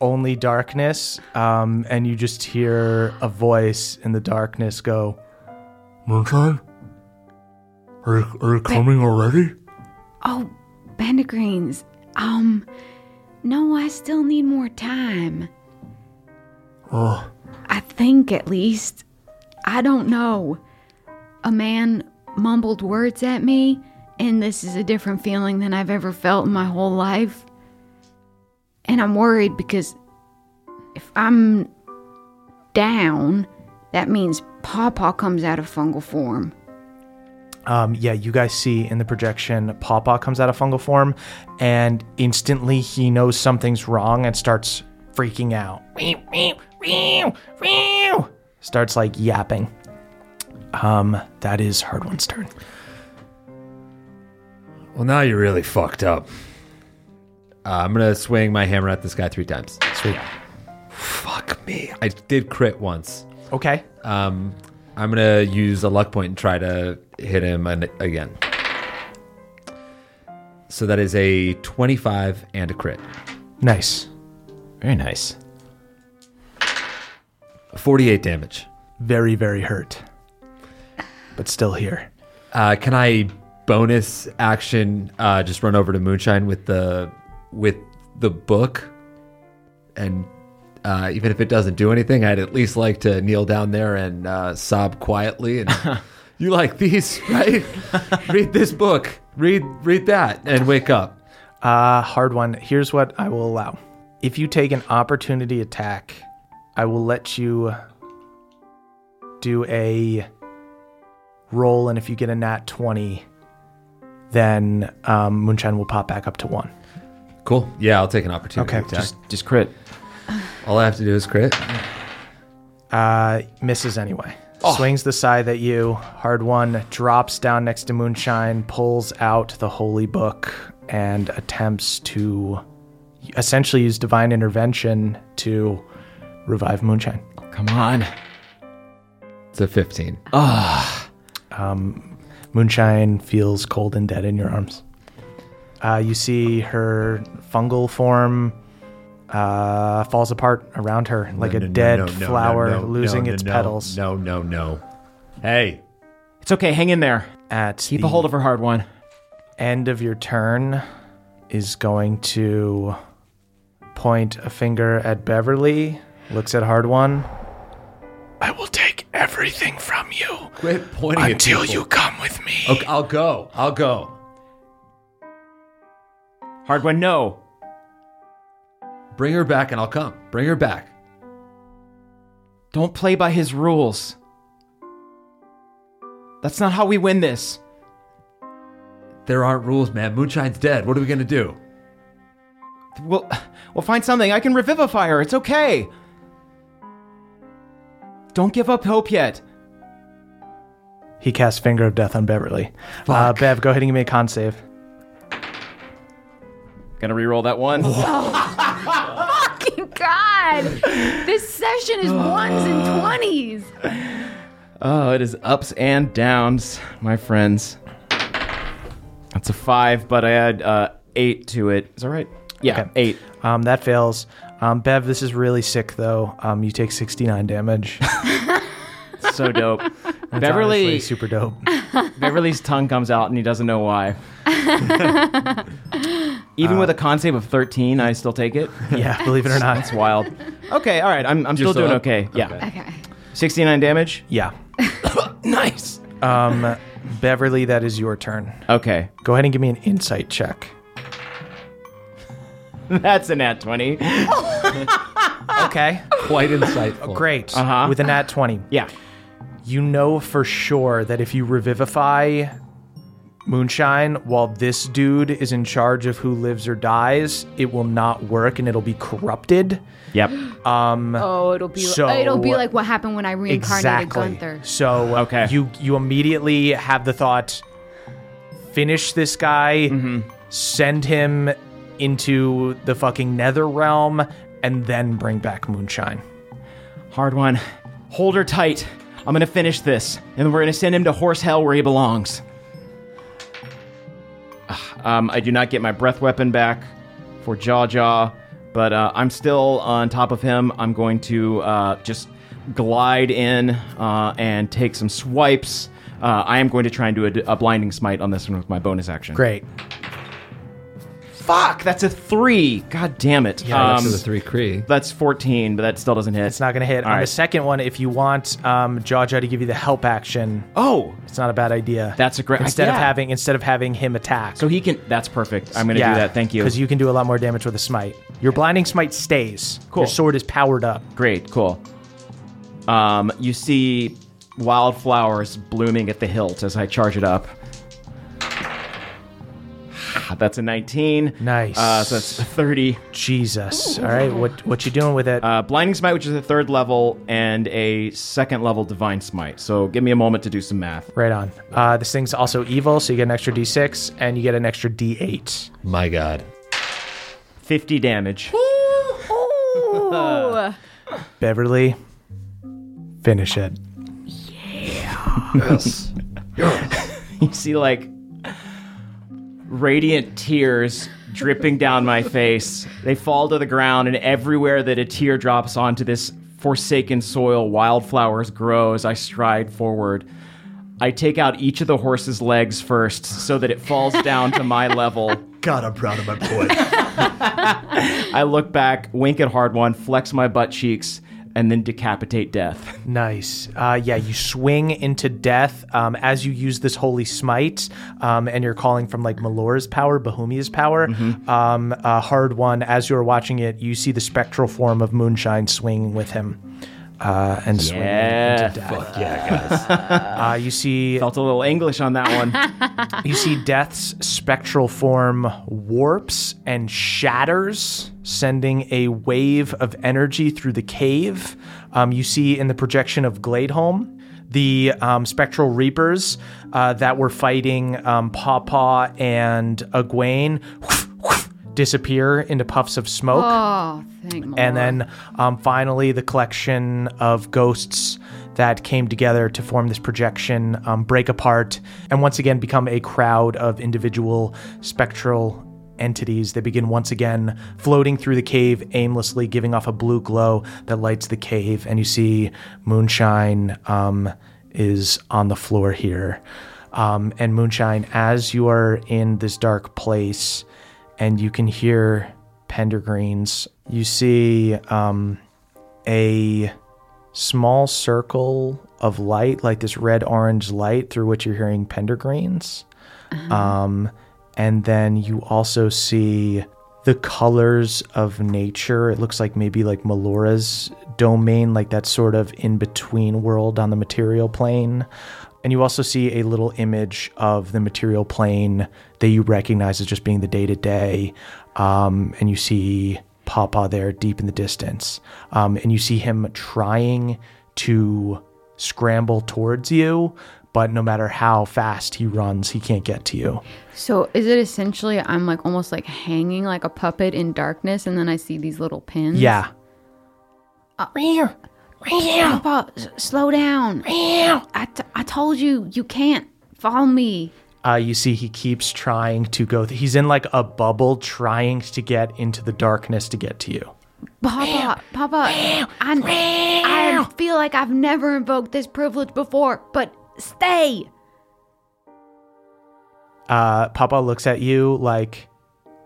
Speaker 3: only darkness, um, and you just hear a voice in the darkness go,
Speaker 10: Moonshine? Are you, are you coming already?
Speaker 6: Oh, Bandagreens. Um, no, I still need more time.
Speaker 10: Oh,
Speaker 6: I think at least. I don't know. A man mumbled words at me, and this is a different feeling than I've ever felt in my whole life. And I'm worried because if I'm down, that means Pawpaw comes out of fungal form.
Speaker 3: Um, yeah, you guys see in the projection, Pawpaw comes out of fungal form, and instantly he knows something's wrong and starts freaking out. Meow, meow. Starts like yapping. Um, that is Hard One's turn.
Speaker 8: Well, now you're really fucked up. Uh, I'm gonna swing my hammer at this guy three times.
Speaker 3: Sweet.
Speaker 8: Fuck me. I did crit once.
Speaker 3: Okay.
Speaker 8: Um, I'm gonna use a luck point and try to hit him an- again. So that is a 25 and a crit.
Speaker 3: Nice.
Speaker 8: Very nice. 48 damage.
Speaker 3: Very, very hurt. But still here.
Speaker 8: Uh, can I bonus action uh, just run over to Moonshine with the with the book? And uh, even if it doesn't do anything, I'd at least like to kneel down there and uh, sob quietly. And you like these, right? read this book. Read read that and wake up.
Speaker 3: Uh, hard one. Here's what I will allow. If you take an opportunity attack, I will let you do a roll, and if you get a nat 20, then um, Moonshine will pop back up to one.
Speaker 8: Cool. Yeah, I'll take an opportunity.
Speaker 3: Okay,
Speaker 8: attack.
Speaker 3: just-
Speaker 8: just crit. All I have to do is crit.
Speaker 3: Uh, misses anyway.
Speaker 8: Oh.
Speaker 3: Swings the scythe at you. Hard one drops down next to Moonshine, pulls out the holy book, and attempts to essentially use divine intervention to revive Moonshine.
Speaker 7: Come on.
Speaker 8: It's a 15.
Speaker 3: Ah. Um, Moonshine feels cold and dead in your arms. Uh, you see her fungal form uh, falls apart around her like
Speaker 8: No,
Speaker 3: a
Speaker 8: no, no,
Speaker 3: dead
Speaker 8: no, no, no,
Speaker 3: flower
Speaker 8: no, no,
Speaker 3: losing
Speaker 8: no,
Speaker 3: its
Speaker 8: no,
Speaker 3: petals.
Speaker 8: No, no, no. Hey.
Speaker 7: It's okay. Hang in there.
Speaker 3: At
Speaker 7: Keep
Speaker 3: the-
Speaker 7: a hold of her hard one.
Speaker 3: End of your turn is going to point a finger at Beverly, looks at Hard One.
Speaker 9: I will take everything from you.
Speaker 8: Quit pointing at
Speaker 9: until
Speaker 8: people.
Speaker 9: you come with me.
Speaker 8: Okay, I'll go. I'll go.
Speaker 7: Hard one, no.
Speaker 8: Bring her back and I'll come. Bring her back.
Speaker 7: Don't play by his rules. That's not how we win this.
Speaker 8: There aren't rules, man. Moonshine's dead. What are we going to do?
Speaker 7: We'll, we'll find something. I can revivify her. It's okay. Don't give up hope yet.
Speaker 3: He casts Finger of Death on Beverly. Uh, Bev, go ahead and give me a con save.
Speaker 7: Gonna reroll that one.
Speaker 6: Fucking God! This session is ones and
Speaker 3: Uh.
Speaker 6: twenties.
Speaker 7: Oh, it is ups and downs, my friends. That's a five, but I add uh, eight to it. Is that right? Yeah,
Speaker 3: Okay.
Speaker 7: eight.
Speaker 3: Um, that fails. Um, Bev, this is really sick though. Um, you take 69 damage.
Speaker 7: So dope.
Speaker 3: That's honestly
Speaker 7: Beverly,
Speaker 3: super dope.
Speaker 7: Beverly's tongue comes out and he doesn't know why. Even with a con save of 13, I still take it.
Speaker 3: Yeah, believe it or not.
Speaker 7: It's wild. Okay, all right. I'm, I'm
Speaker 3: You're still
Speaker 7: still doing
Speaker 3: up?
Speaker 7: okay. Yeah.
Speaker 6: Okay.
Speaker 7: 69 damage?
Speaker 3: Yeah.
Speaker 7: nice.
Speaker 3: Um, Beverly, that is your turn.
Speaker 7: Okay.
Speaker 3: Go ahead and give me an insight check.
Speaker 7: That's a nat 20.
Speaker 3: Okay.
Speaker 8: Quite insightful.
Speaker 3: Great.
Speaker 7: Uh-huh.
Speaker 3: With a nat 20.
Speaker 7: Yeah.
Speaker 3: You know for sure that if you revivify Moonshine while this dude is in charge of who lives or dies, it will not work and it'll be corrupted.
Speaker 7: Yep.
Speaker 3: Um,
Speaker 6: Oh, it'll be
Speaker 3: So-
Speaker 6: it'll be like what happened when I reincarnated
Speaker 3: exactly.
Speaker 6: Gunther.
Speaker 3: So okay. you you immediately have the thought finish this guy, send him into the fucking nether realm and then bring back moonshine.
Speaker 7: Hard one. Hold her tight. I'm going to finish this, and then we're going to send him to horse hell where he belongs. Ah, Um, I do not get my breath weapon back for Jaw Jaw, but uh, I'm still on top of him. I'm going to uh, just glide in uh, and take some swipes. Uh, I am going to try and do a, a blinding smite on this one with my bonus action.
Speaker 3: Great.
Speaker 7: Fuck, that's a three. God damn it. Um,
Speaker 8: Yeah, that's a three cree.
Speaker 7: That's 14, but that still doesn't hit.
Speaker 3: It's not going to hit.
Speaker 7: All
Speaker 3: On the
Speaker 7: right.
Speaker 3: second one, if you want um, Jaja to give you the help action,
Speaker 7: Oh,
Speaker 3: it's not a bad idea.
Speaker 7: That's a great
Speaker 3: instead of
Speaker 7: uh, yeah.
Speaker 3: having instead of having him attack.
Speaker 7: So he can. That's perfect. I'm gonna do that. Thank you.
Speaker 3: Because you can do a lot more damage with a smite. Your blinding smite stays.
Speaker 7: Cool.
Speaker 3: Your sword is powered up.
Speaker 7: Great. Cool. Um, you see wildflowers blooming at the hilt as I charge it up. Ah, That's a 19.
Speaker 3: Nice.
Speaker 7: Uh, so that's a 30.
Speaker 3: Jesus. All right. What what you doing with it?
Speaker 7: Uh, Blinding Smite, which is a third level, and a second level Divine Smite. So give me a moment to do some math.
Speaker 3: Right on. Uh, this thing's also evil, so you get an extra d6 and you get an extra d8.
Speaker 8: My God.
Speaker 7: 50 damage.
Speaker 6: Ooh.
Speaker 3: Beverly, finish it.
Speaker 8: Yes.
Speaker 7: you see, like, radiant tears dripping down my face. They fall to the ground, and everywhere that a tear drops onto this forsaken soil, wildflowers grow as I stride forward. I take out each of the horse's legs first so that it falls down to my level.
Speaker 10: God, I'm proud of my boy.
Speaker 7: I look back, wink at Hard One, flex my butt cheeks, and then decapitate Death.
Speaker 3: Nice. Uh, yeah, you swing into death um, as you use this holy smite, um, and you're calling from like Melora's power, Bahumia's power.
Speaker 7: Mm-hmm.
Speaker 3: Um, uh, hard one. As you're watching it, you see the spectral form of Moonshine swinging with him. Uh, and swinging
Speaker 7: Yeah.
Speaker 3: into death. Fuck yeah, guys. uh, you see,
Speaker 7: felt a little English on that
Speaker 3: one. you see, Death's spectral form warps and shatters, sending a wave of energy through the cave. Um, you see in the projection of Gladeholm. The um, spectral reapers uh, that were fighting um, Pawpaw and Egwene disappear into puffs of smoke.
Speaker 6: Oh,
Speaker 3: And
Speaker 6: thank Lord.
Speaker 3: then um, finally, the collection of ghosts that came together to form this projection um, break apart and once again become a crowd of individual spectral entities. They begin once again floating through the cave aimlessly, giving off a blue glow that lights the cave. And you see Moonshine um, is on the floor here. Um, and Moonshine, as you are in this dark place, and you can hear Pendergreens. You see um, a small circle of light, like this red orange light through which you're hearing Pendergreens. Um, and then you also see the colors of nature. It looks like maybe like Melora's domain, like that sort of in between world on the material plane. And you also see a little image of the material plane that you recognize as just being the day to day. And you see Papa there deep in the distance. Um, and you see him trying to scramble towards you, but no matter how fast he runs, he can't get to you.
Speaker 6: So is it essentially I'm like almost like hanging like a puppet in darkness, and then I see these little pins? Uh,
Speaker 3: Yeah.
Speaker 6: Rear, Papa, s- slow down. I, t- I told you you can't follow me.
Speaker 3: Uh, you see, he keeps trying to go. Th- he's in like a bubble, trying to get into the darkness to get to you.
Speaker 6: Papa, Papa, I, I feel like I've never invoked this privilege before, but stay.
Speaker 3: Uh, Papa looks at you like,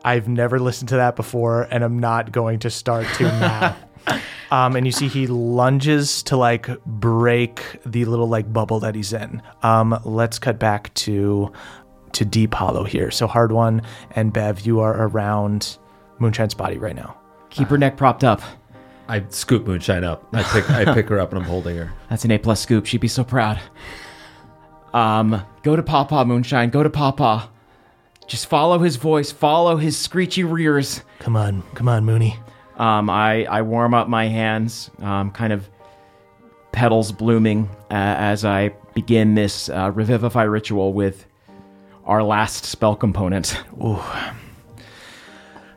Speaker 3: I've never listened to that before, and I'm not going to start to now. Um, and you see, he lunges to like break the little like bubble that he's in. Um, let's cut back to to Deep Hollow here. So Hard One and Bev, you are around Moonshine's body right now.
Speaker 7: Keep her neck propped up.
Speaker 8: I scoop Moonshine up. I pick I pick her up and I'm holding her.
Speaker 7: That's an A plus scoop. She'd be so proud. Um, go to Papa Moonshine. Go to Papa. Just follow his voice. Follow his screechy rears.
Speaker 3: Come on, come on, Mooney.
Speaker 7: Um, I I warm up my hands. Um, kind of petals blooming uh, as I begin this uh, revivify ritual with our last spell component.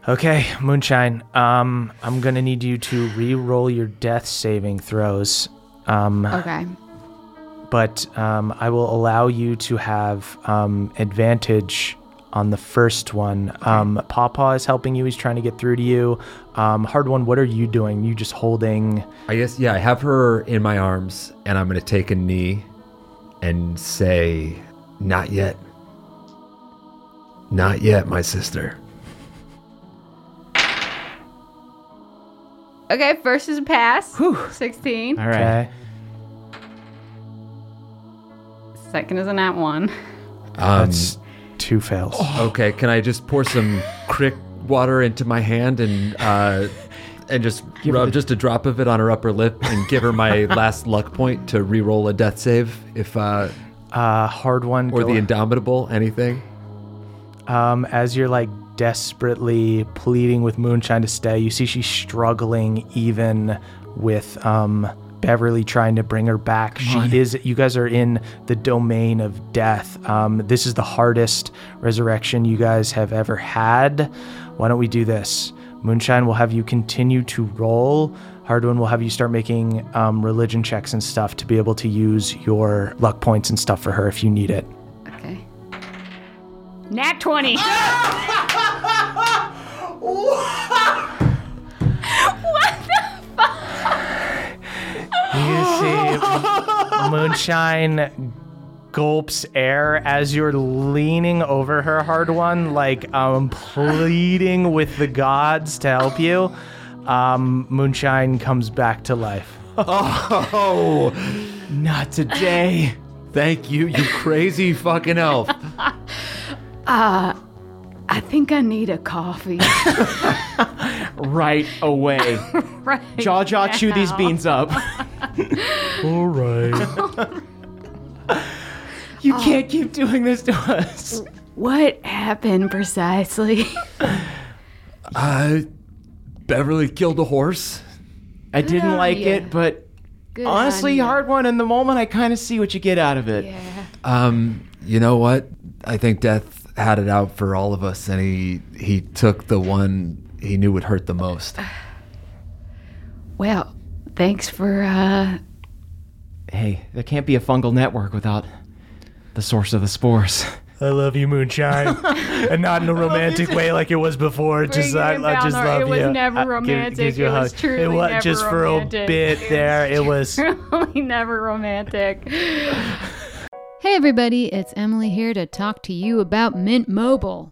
Speaker 3: Okay, Moonshine. Um, I'm gonna need you to re-roll your death saving throws. Um,
Speaker 6: Okay.
Speaker 3: but um, I will allow you to have um, advantage on the first one. Um, Pawpaw is helping you. He's trying to get through to you. Um, hard one. What are you doing? You just holding?
Speaker 8: I guess yeah, I have her in my arms and I'm gonna take a knee and say, Not yet. Not yet, my sister.
Speaker 6: Okay, first is a pass. 16.
Speaker 7: All right.
Speaker 6: Second is a nat one.
Speaker 8: Um,
Speaker 3: That's two fails.
Speaker 8: Okay, can I just pour some crick water into my hand and uh, and just rub just a drop of it on her upper lip and give her my last luck point to re-roll a death save if uh,
Speaker 3: Uh, hard one.
Speaker 8: or
Speaker 3: go-
Speaker 8: the indomitable anything.
Speaker 3: Um, as you're like desperately pleading with Moonshine to stay, you see she's struggling even with um, Beverly trying to bring her back. she is. You guys are in the domain of death. Um, this is the hardest resurrection you guys have ever had. Why don't we do this? Moonshine will have you continue to roll. Hardwin will have you start making um, religion checks and stuff to be able to use your luck points and stuff for her if you need it.
Speaker 10: Nat 20.
Speaker 3: You see, Moonshine gulps air as you're leaning over her hard one, like um, pleading with the gods to help you. Um, Moonshine comes back to life.
Speaker 8: Oh,
Speaker 3: not today.
Speaker 8: Thank you, you crazy fucking elf.
Speaker 10: Uh, I think I need a coffee.
Speaker 7: right away.
Speaker 10: right.
Speaker 7: Jaw Jaw, chew these
Speaker 10: now.
Speaker 7: beans up.
Speaker 12: All right.
Speaker 7: You can't keep doing this to us.
Speaker 10: What happened precisely?
Speaker 8: Uh, Beverly killed a horse.
Speaker 7: I
Speaker 10: Good
Speaker 7: didn't
Speaker 10: on
Speaker 7: like
Speaker 10: ya.
Speaker 7: it, but
Speaker 10: Good
Speaker 7: honestly,
Speaker 10: on ya.
Speaker 7: hard one. In the moment, I kind of see what you get out of it.
Speaker 8: Um, you know what? I think death had it out for all of us, and he he took the one he knew would hurt the most.
Speaker 10: Well, thanks for uh
Speaker 7: Hey, there can't be a fungal network without the source of the spores.
Speaker 3: I love you, Moonshine, and not in a romantic way like it was before. Just
Speaker 10: it
Speaker 3: I, I
Speaker 10: down,
Speaker 3: just
Speaker 10: Laura.
Speaker 3: love
Speaker 10: It was
Speaker 3: you.
Speaker 10: never
Speaker 3: I- give-
Speaker 10: romantic.
Speaker 3: gives you a
Speaker 10: It was
Speaker 3: hug.
Speaker 10: truly
Speaker 3: it was
Speaker 10: never
Speaker 3: just for a
Speaker 10: romantic.
Speaker 3: bit there. It was.
Speaker 10: really never romantic.
Speaker 6: Hey everybody, it's Emily here to talk to you about Mint Mobile.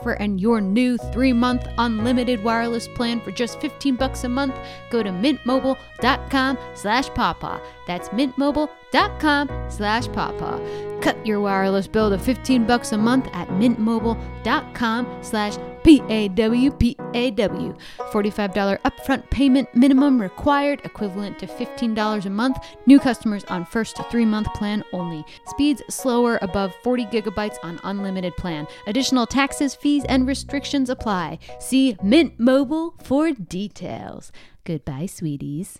Speaker 6: and your new 3-month unlimited wireless plan for just 15 bucks a month, go to mintmobile.com/pawpaw. That's mintmobile.com/pawpaw. Cut your wireless bill to 15 bucks a month at mintmobile.com/pawpaw. $45 upfront payment minimum required, equivalent to $15 a month. New customers on first 3-month plan only. Speeds slower above 40 gigabytes on unlimited plan. Additional taxes, fees and restrictions apply. See Mint Mobile for details. Goodbye, sweeties.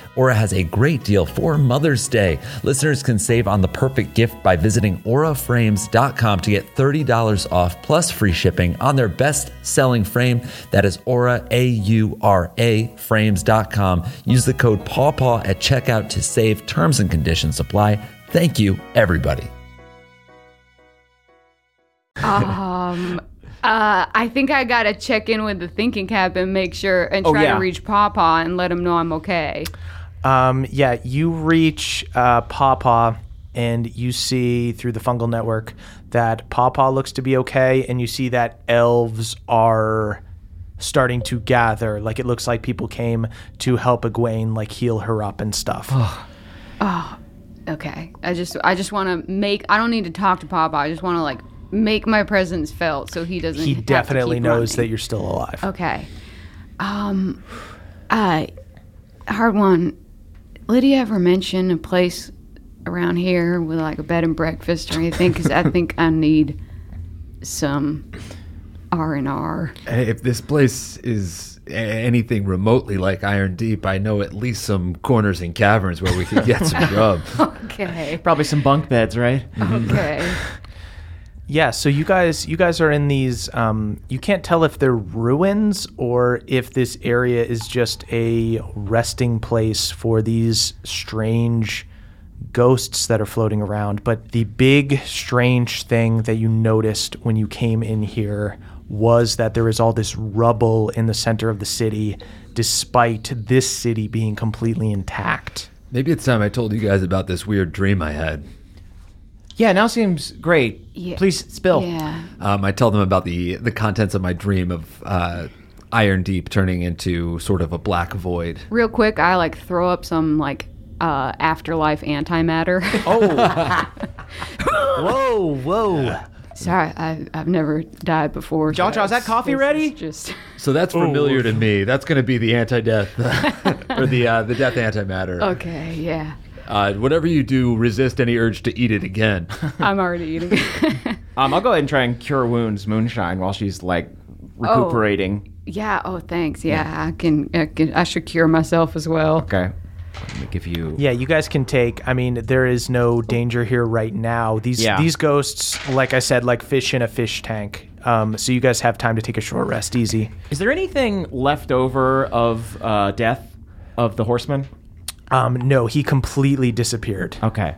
Speaker 5: Aura has a great deal for Mother's Day. Listeners can save on the perfect gift by visiting auraframes.com to get $30 off plus free shipping on their best selling frame. That is aura, A U R A, frames.com. Use the code PAWPAW at checkout to save. Terms and conditions apply. Thank you, everybody.
Speaker 10: um uh I think I got to check in with the thinking cap and make sure and
Speaker 3: Oh,
Speaker 10: try
Speaker 3: yeah.
Speaker 10: to reach Papa and let him know I'm okay.
Speaker 3: Um, yeah, you reach uh, Pawpaw and you see through the fungal network that Pawpaw looks to be okay, and you see that elves are starting to gather. Like it looks like people came to help Egwene, like heal her up and stuff.
Speaker 10: Oh,
Speaker 5: Okay. I just I just want to make I don't need to talk to Papa. I just want to like make my presence felt so he doesn't
Speaker 3: He
Speaker 5: have to
Speaker 3: definitely
Speaker 5: keep
Speaker 3: knows that you're still alive.
Speaker 5: Okay. Um, uh, hard one. Lydia ever mention a place around here with like a bed and breakfast or anything? Because I think I need some R and R.
Speaker 8: If this place is a- anything remotely like Iron Deep, I know at least some corners and caverns where we could get some grub.
Speaker 5: Okay.
Speaker 7: Probably some bunk beds, right?
Speaker 5: Okay.
Speaker 3: Yeah, so you guys you guys are in these um, you can't tell if they're ruins or if this area is just a resting place for these strange ghosts that are floating around, but the big strange thing that you noticed when you came in here was that there is all this rubble in the center of the city despite this city being completely intact.
Speaker 8: Maybe it's time I told you guys about this weird dream I had.
Speaker 7: Yeah, now seems great.
Speaker 5: Yeah.
Speaker 7: Please spill.
Speaker 5: Yeah.
Speaker 8: Um, I tell them about the the contents of my dream of uh, Iron Deep turning into sort of a black void.
Speaker 5: Real quick, I like throw up some like uh, afterlife antimatter.
Speaker 3: Oh. whoa, whoa.
Speaker 5: Sorry, I, I've never died before.
Speaker 7: Jaw Jaw, is that coffee ready?
Speaker 5: Just
Speaker 8: So that's
Speaker 3: Oh.
Speaker 8: familiar to me. That's going to be the anti-death or the uh, the death antimatter.
Speaker 5: okay. Yeah,
Speaker 8: Uh, whatever you do, resist any urge to eat it again.
Speaker 5: I'm already eating.
Speaker 7: Um, I'll go ahead and try and cure wounds, moonshine, while she's like recuperating.
Speaker 5: Yeah. Oh, thanks. Yeah, I can. I can. I should cure myself as well.
Speaker 7: Okay. Let me give you.
Speaker 3: Yeah, you guys can take. I mean, there is no danger here right now. These
Speaker 7: Yeah.
Speaker 3: these ghosts, like I said, like fish in a fish tank. Um, so you guys have time to take a short rest, easy.
Speaker 7: Is there anything left over of uh, death of the horseman?
Speaker 3: Um, no, he completely disappeared.
Speaker 7: Okay.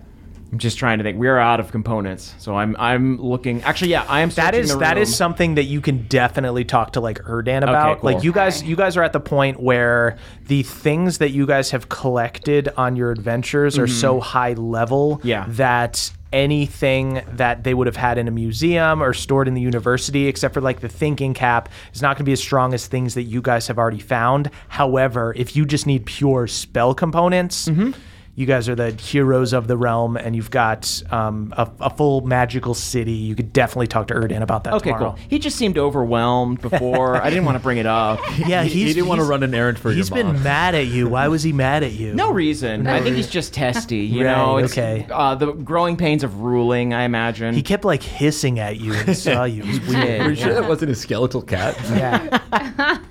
Speaker 7: I'm just trying to think. We're out of components, so I'm I'm looking. Actually, yeah, I am.
Speaker 3: That
Speaker 7: searching
Speaker 3: is
Speaker 7: the
Speaker 3: that
Speaker 7: room.
Speaker 3: is something that you can definitely talk to like Erdan about.
Speaker 7: cool.
Speaker 3: Like you guys you guys are at the point where the things that you guys have collected on your adventures are
Speaker 7: Mhm.
Speaker 3: so high level
Speaker 7: Yeah.
Speaker 3: that anything that they would have had in a museum or stored in the university except for like the thinking cap is not going to be as strong as things that you guys have already found. However, if you just need pure spell components,
Speaker 7: Mm-hmm.
Speaker 3: You guys are the heroes of the realm, and you've got um, a, a full magical city. You could definitely talk to Erdan about that
Speaker 7: Okay,
Speaker 3: tomorrow.
Speaker 7: cool. He just seemed overwhelmed before. I didn't want to bring it up.
Speaker 3: Yeah, he's, he's- He's been mad at you. Why was he mad at you?
Speaker 7: No reason.
Speaker 3: No
Speaker 7: I think
Speaker 3: reason.
Speaker 7: he's just testy. You
Speaker 3: Right,
Speaker 7: know, it's,
Speaker 3: okay.
Speaker 7: Uh, the growing pains of ruling, I imagine.
Speaker 3: He kept like hissing at you when he saw you. It was weird.
Speaker 8: Are you sure that wasn't a skeletal cat?
Speaker 3: Yeah.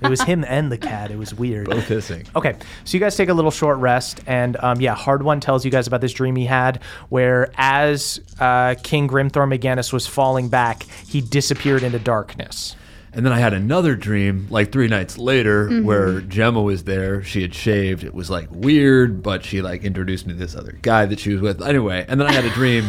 Speaker 3: it was him and the cat. It was weird.
Speaker 8: Both hissing.
Speaker 3: Okay, so you guys take a little short rest, and um, yeah, Hard One tells you guys about this dream he had, where as uh, King Grimthor Meganus was falling back, he disappeared into darkness.
Speaker 8: And then I had another dream, like three nights later,
Speaker 5: Mm-hmm.
Speaker 3: Mhm.
Speaker 8: where Gemma was there. She had shaved. It was like weird, but she like introduced me to this other guy that she was with. Anyway, and then I had a dream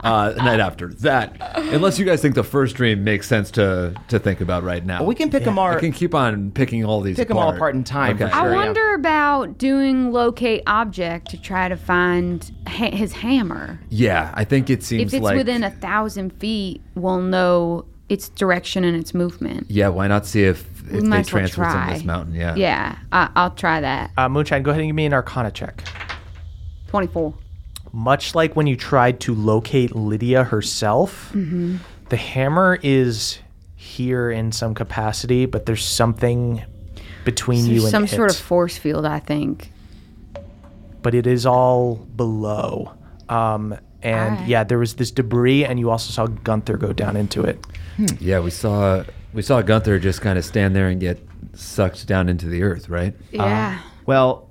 Speaker 8: uh, the night after that. Unless you guys think the first dream makes sense to to think about right now,
Speaker 7: We can pick 'em
Speaker 8: I
Speaker 7: apart-
Speaker 8: can keep on picking all these.
Speaker 7: Pick 'em all apart in time, for
Speaker 5: I wonder about doing locate object to try to find ha- his hammer.
Speaker 8: Yeah, I think it seems
Speaker 5: if it's
Speaker 8: like
Speaker 5: within a thousand feet, we'll know its direction and its movement.
Speaker 8: yeah. Why not see if
Speaker 5: We
Speaker 8: if
Speaker 5: might
Speaker 8: they
Speaker 5: as well
Speaker 8: transfer
Speaker 5: try.
Speaker 8: from this mountain? Yeah.
Speaker 5: Yeah, I- I'll try that.
Speaker 3: Uh, Moonshine, go ahead and give me an Arcana check.
Speaker 5: Twenty-four.
Speaker 3: Much like when you tried to locate Lydia herself,
Speaker 5: Mm-hmm.
Speaker 3: The hammer is here in some capacity, but there's something between you
Speaker 5: There's
Speaker 3: and
Speaker 5: some
Speaker 3: it.
Speaker 5: sort of force field, I think.
Speaker 3: but it is all below. Um, and
Speaker 5: Alright.
Speaker 3: yeah, there was this debris, and you also saw Gunther go down into it.
Speaker 8: Yeah, we saw we saw Gunther just kind of stand there and get sucked down into the earth, right?
Speaker 5: Yeah.
Speaker 7: well,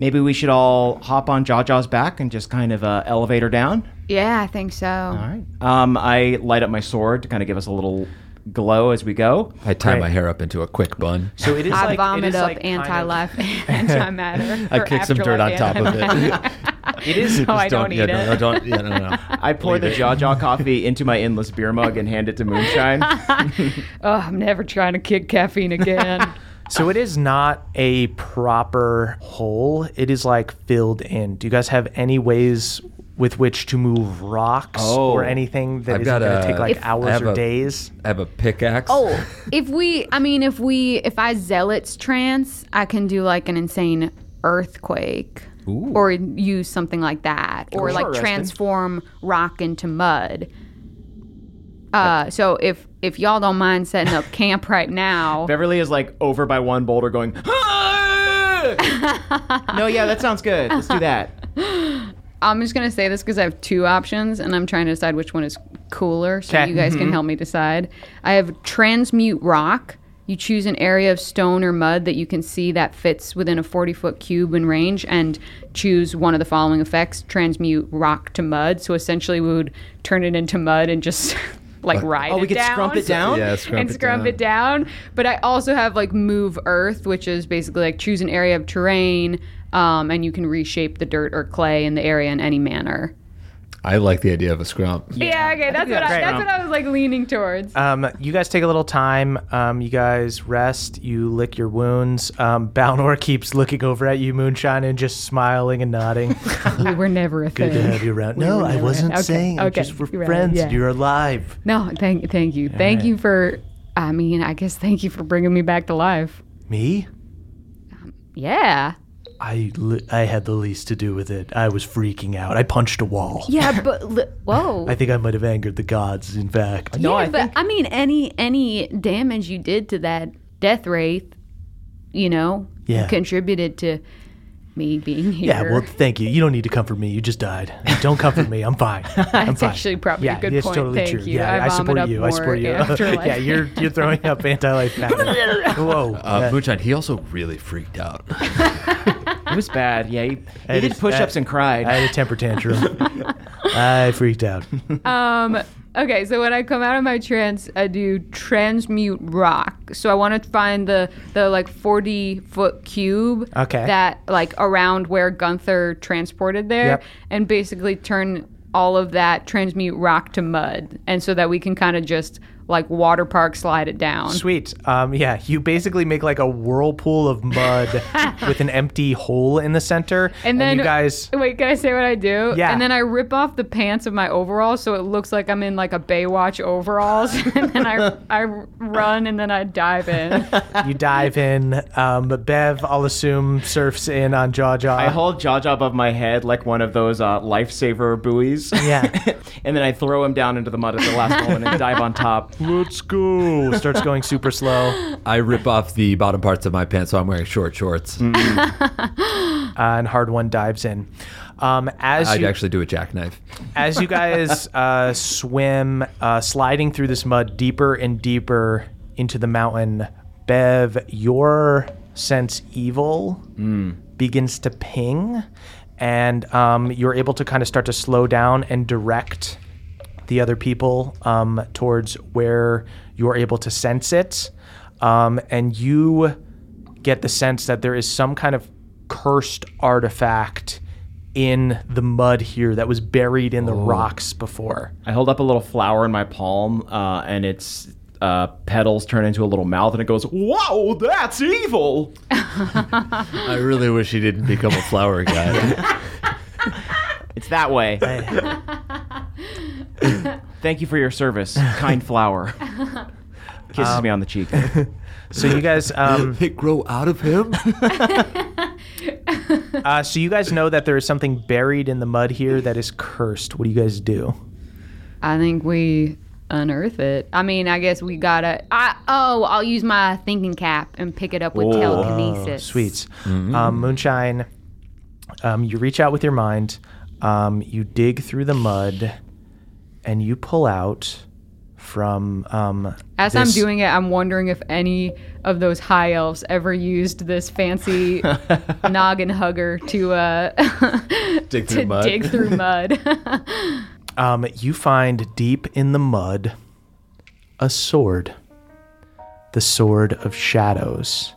Speaker 7: maybe we should all hop on Jaw-Jaw's back and just kind of uh, elevate her down.
Speaker 5: Yeah, I think so. All
Speaker 7: right. Um, I light up my sword to kind of give us a little glow as we go.
Speaker 8: I tie my hair up into a quick bun.
Speaker 7: So it is
Speaker 5: I
Speaker 7: like
Speaker 5: vomit
Speaker 7: it is
Speaker 5: up
Speaker 7: like kind of-
Speaker 5: anti-life, antimatter.
Speaker 8: I
Speaker 5: or
Speaker 8: kick some dirt on top
Speaker 5: afterlife
Speaker 8: of
Speaker 5: antimatter.
Speaker 8: it.
Speaker 7: It is.
Speaker 5: So I Just don't don't- yeah, eat no, it. no, don't-
Speaker 8: yeah, no, no.
Speaker 7: I pour the Jaw Jaw coffee into my endless beer mug and hand it to Moonshine.
Speaker 5: oh, I'm never trying to kick caffeine again.
Speaker 3: So it is not a proper hole. It is like filled in. Do you guys have any ways with which to move rocks
Speaker 8: Oh.
Speaker 3: or anything that
Speaker 8: I've
Speaker 3: is going
Speaker 8: got
Speaker 3: to
Speaker 8: a-
Speaker 3: take like
Speaker 8: If- I
Speaker 3: hours
Speaker 8: have
Speaker 3: or
Speaker 8: a-
Speaker 3: days?
Speaker 8: I have a pickaxe.
Speaker 5: oh, if we, I mean, if we, if I zealots trance, I can do like an insane earthquake.
Speaker 13: Ooh.
Speaker 5: or use something like that, or
Speaker 14: That's
Speaker 5: like
Speaker 14: interesting.
Speaker 5: transform rock into mud. Uh, so if if y'all don't mind setting up camp right now,
Speaker 7: Beverly is like over by one boulder going, "Ah!" no, yeah, that sounds good. Let's do that.
Speaker 5: I'm just gonna say this because I have two options, and I'm trying to decide which one is cooler, so
Speaker 14: Okay.
Speaker 5: you guys
Speaker 14: Mhm.
Speaker 5: can help me decide. I have transmute rock. You choose an area of stone or mud that you can see that fits within a 40 foot cube in range, and choose one of the following effects: transmute rock to mud. So essentially, we would turn it into mud and just. Like
Speaker 14: Like-
Speaker 5: ride
Speaker 14: Oh,
Speaker 5: it
Speaker 14: we could
Speaker 5: down,
Speaker 14: scrump it down? Yeah, scrump
Speaker 5: and
Speaker 14: it
Speaker 5: scrump
Speaker 14: down.
Speaker 5: it down. But I also have like move earth, which is basically like choose an area of terrain, um, and you can reshape the dirt or clay in the area in any manner.
Speaker 8: I like the idea of a scrump.
Speaker 5: Yeah, okay, that's what
Speaker 10: that's
Speaker 5: I,
Speaker 10: great.
Speaker 5: that's what I was like leaning towards.
Speaker 10: Um, you guys take a little time. Um, you guys rest. You lick your wounds. Um, Balnor keeps looking over at you, Moonshine, and just smiling and nodding.
Speaker 5: we were never a thing.
Speaker 10: Good to have you around.
Speaker 5: We
Speaker 10: no,
Speaker 5: were
Speaker 10: I
Speaker 5: never a
Speaker 10: wasn't
Speaker 5: thing. Okay,
Speaker 10: saying.
Speaker 5: okay,
Speaker 10: Just we're
Speaker 5: you're right,
Speaker 10: friends.
Speaker 5: yeah.
Speaker 10: You're alive.
Speaker 5: No, thank thank you, thank
Speaker 10: right.
Speaker 5: you for. I mean, I guess thank you for bringing me back to life.
Speaker 10: Me?
Speaker 5: Yeah,
Speaker 10: I li- I had the least to do with it. I was freaking out. I punched a wall.
Speaker 5: yeah, but li- whoa.
Speaker 10: I think I might have angered the gods. In fact,
Speaker 5: yeah, but I mean, any any damage you did to that death wraith, you know,
Speaker 10: Yeah.
Speaker 5: contributed to me being here.
Speaker 10: yeah. Well, thank you. You don't need to comfort me. You just died. Don't comfort me. I'm fine. I'm
Speaker 5: that's
Speaker 10: fine.
Speaker 5: actually probably
Speaker 10: yeah,
Speaker 5: a good
Speaker 10: it's
Speaker 5: point.
Speaker 10: totally
Speaker 5: thank
Speaker 10: true.
Speaker 5: you.
Speaker 10: Yeah,
Speaker 5: I,
Speaker 10: I,
Speaker 5: vomit
Speaker 10: support
Speaker 5: up
Speaker 10: you.
Speaker 5: More
Speaker 10: I support you.
Speaker 5: afterlife.
Speaker 10: yeah, you're you're throwing up anti-life. patterns. Whoa,
Speaker 8: Uh,
Speaker 10: that-
Speaker 8: Moonshine, he also really freaked out.
Speaker 7: It was bad. Yeah, he,
Speaker 10: I
Speaker 7: he
Speaker 10: had a-
Speaker 7: did push ups
Speaker 10: I-
Speaker 7: and cried.
Speaker 10: I had a temper tantrum. I freaked out.
Speaker 5: Um. Okay, so when I come out of my trance, I do transmute rock. So I want to find the the like forty foot cube.
Speaker 14: Okay.
Speaker 5: That like around where Gunther transported there,
Speaker 14: Yep.
Speaker 5: and basically turn all of that transmute rock to mud, and so that we can kind of just like water park slide it down.
Speaker 10: Sweet. Um, yeah, you basically make like a whirlpool of mud with an empty hole in the center,
Speaker 5: And then
Speaker 10: you guys.
Speaker 5: wait, can I say what I do?
Speaker 10: Yeah.
Speaker 5: And then I rip off the pants of my overalls so it looks like I'm in like a Baywatch overalls, and then I I run and then I dive in.
Speaker 10: you dive in. Um, Bev, I'll assume, surfs in on Jaw Jaw.
Speaker 7: I hold Jaja above my head like one of those uh, lifesaver buoys.
Speaker 10: Yeah.
Speaker 7: and then I throw him down into the mud at the last moment and dive on top.
Speaker 10: Let's go. Starts going super slow.
Speaker 8: I rip off the bottom parts of my pants, so I'm wearing short shorts.
Speaker 10: Uh, and Hard One dives in. Um, as
Speaker 8: I'd
Speaker 10: you,
Speaker 8: actually do a jackknife.
Speaker 10: as you guys uh, swim, uh, sliding through this mud deeper and deeper into the mountain, Bev, your sense evil begins to ping, and um, you're able to kind of start to slow down and direct the other people um, towards where you're able to sense it. Um, and you get the sense that there is some kind of cursed artifact in the mud here that was buried in the rocks before.
Speaker 7: I hold up a little flower in my palm, uh, and its uh, petals turn into a little mouth, and it goes, Whoa, that's evil!
Speaker 8: I really wish he didn't become a flower guy.
Speaker 7: It's that way.
Speaker 10: Hey.
Speaker 7: Thank you for your service, kind flower. Kisses me on the cheek.
Speaker 10: So you guys, um,
Speaker 8: they grow out of him.
Speaker 10: uh, so you guys know that there is something buried in the mud here that is cursed. What do you guys do?
Speaker 5: I think we unearth it. I mean, I guess we gotta. I oh, I'll use my thinking cap and pick it up with
Speaker 10: Oh.
Speaker 5: telekinesis.
Speaker 10: Oh, sweet. Um, moonshine, um, you reach out with your mind, um, you dig through the mud, and you pull out from. Um,
Speaker 5: As I'm
Speaker 10: this-
Speaker 5: doing it, I'm wondering if any of those high elves ever used this fancy noggin hugger to uh
Speaker 8: Dig
Speaker 5: to dig through mud.
Speaker 10: Um, you find deep in the mud a sword. The sword of shadows.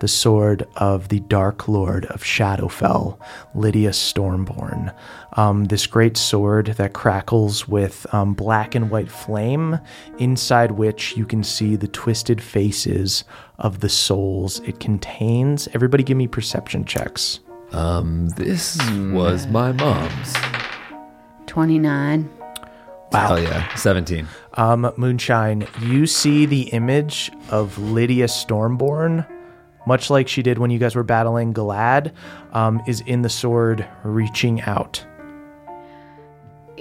Speaker 10: The sword of the Dark Lord of Shadowfell, Lydia Stormborn. Um, this great sword that crackles with um, black and white flame, Um, inside uh, which you can see the twisted faces of the souls it contains. Everybody, give me perception checks.
Speaker 8: Um, this was my mom's.
Speaker 5: Twenty nine.
Speaker 10: Wow.
Speaker 8: Hell yeah. 17.
Speaker 10: Um, Moonshine, you see the image of Lydia Stormborn much like she did when you guys were battling Galad, um, is in the sword reaching out.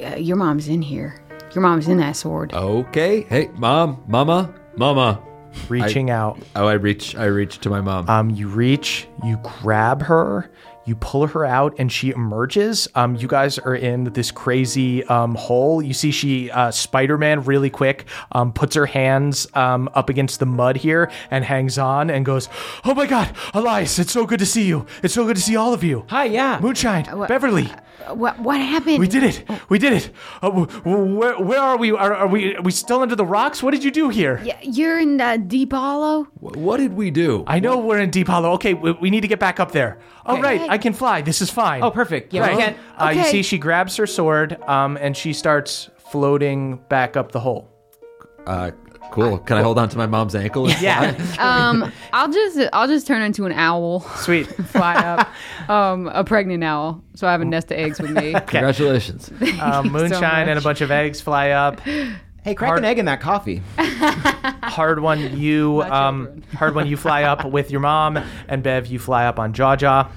Speaker 5: Uh, your mom's in here. Your mom's in that sword.
Speaker 8: Okay. Hey, mom, mama, mama.
Speaker 10: Reaching out.
Speaker 8: Oh, I reach. I reach to my mom.
Speaker 10: Um, you reach, you grab her, you pull her out, and she emerges. Um, you guys are in this crazy um, hole. You see, she uh, Spider Man really quick um, puts her hands um, up against the mud here and hangs on and goes, "Oh my God, Elias! It's so good to see you. It's so good to see all of you.
Speaker 7: Hi, yeah, Uh,
Speaker 10: Moonshine, Beverly."
Speaker 5: What what happened?
Speaker 10: We did it! We did it! Uh, w- w- where, where are we? Are, are we? Are we still under the rocks? What did you do here?
Speaker 5: Yeah, you're in uh, Deep Hollow.
Speaker 8: What did we do?
Speaker 10: I know we're in Deep Hollow. Okay, we, we need to get back up there. Oh, right. I can fly. This is fine.
Speaker 7: Oh, perfect. Yeah, we
Speaker 10: Right.
Speaker 7: can.
Speaker 10: Uh, You
Speaker 7: Okay.
Speaker 10: see, she grabs her sword um, and she starts floating back up the hole.
Speaker 8: Uh, cool. Can I hold on to my mom's ankle? and
Speaker 10: Yeah.
Speaker 8: fly?
Speaker 5: Um, I'll just I'll just turn into an owl.
Speaker 10: Sweet.
Speaker 5: Fly up. um, a pregnant owl. So I have a nest of eggs with me.
Speaker 8: Congratulations.
Speaker 10: Um,
Speaker 5: you so
Speaker 10: moonshine and a bunch of eggs fly up.
Speaker 7: Hey, crack an egg in that coffee.
Speaker 10: Hard one, you. Um, hard one, you fly up with your mom, and Bev, you fly up on Jaja.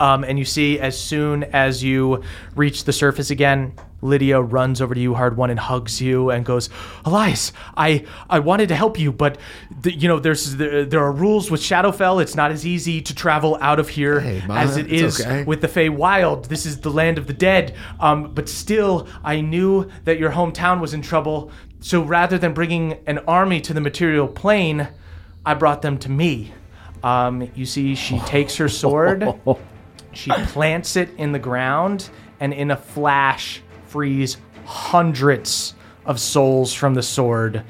Speaker 10: Um, and you see, as soon as you reach the surface again, Lydia runs over to you, hard one, and hugs you, and goes, "Elias, I I wanted to help you, but th- you know, there's there, there are rules with Shadowfell. It's not as easy to travel out of here
Speaker 8: Ma,
Speaker 10: as it
Speaker 8: it's
Speaker 10: is
Speaker 8: okay.
Speaker 10: with the Fey Wild. This is the land of the dead. Um, but still, I knew that your hometown was in trouble. So rather than bringing an army to the material plane, I brought them to me. Um, you see, she takes her sword, she plants it in the ground, and in a flash, frees hundreds of souls from the sword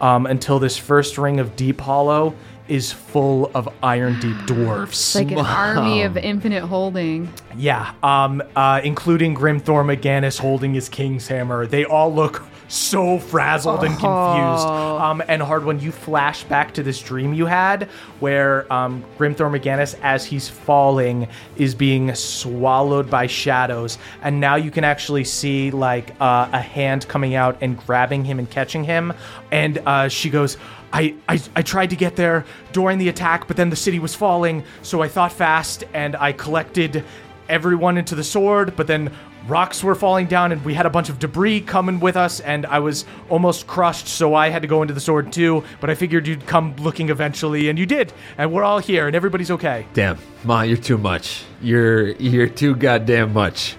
Speaker 10: um, until this first ring of Deep Hollow is full of Iron Deep dwarfs.
Speaker 5: It's like an army of infinite holding.
Speaker 10: Yeah, um, uh, including Grimthor Maganus holding his king's hammer. They all look so frazzled and confused.
Speaker 5: Oh.
Speaker 10: Um, and hard when you flash back to this dream you had, where um, Grimthor Maganus, as he's falling, is being swallowed by shadows, and now you can actually see like uh, a hand coming out and grabbing him and catching him. And uh, she goes. I, I, I tried to get there during the attack, but then the city was falling, so I thought fast and I collected everyone into the sword, but then rocks were falling down and we had a bunch of debris coming with us and I was almost crushed so I had to go into the sword too but I figured you'd come looking eventually and you did and we're all here and everybody's okay
Speaker 8: Damn, ma, you're too much. You're you're too goddamn much.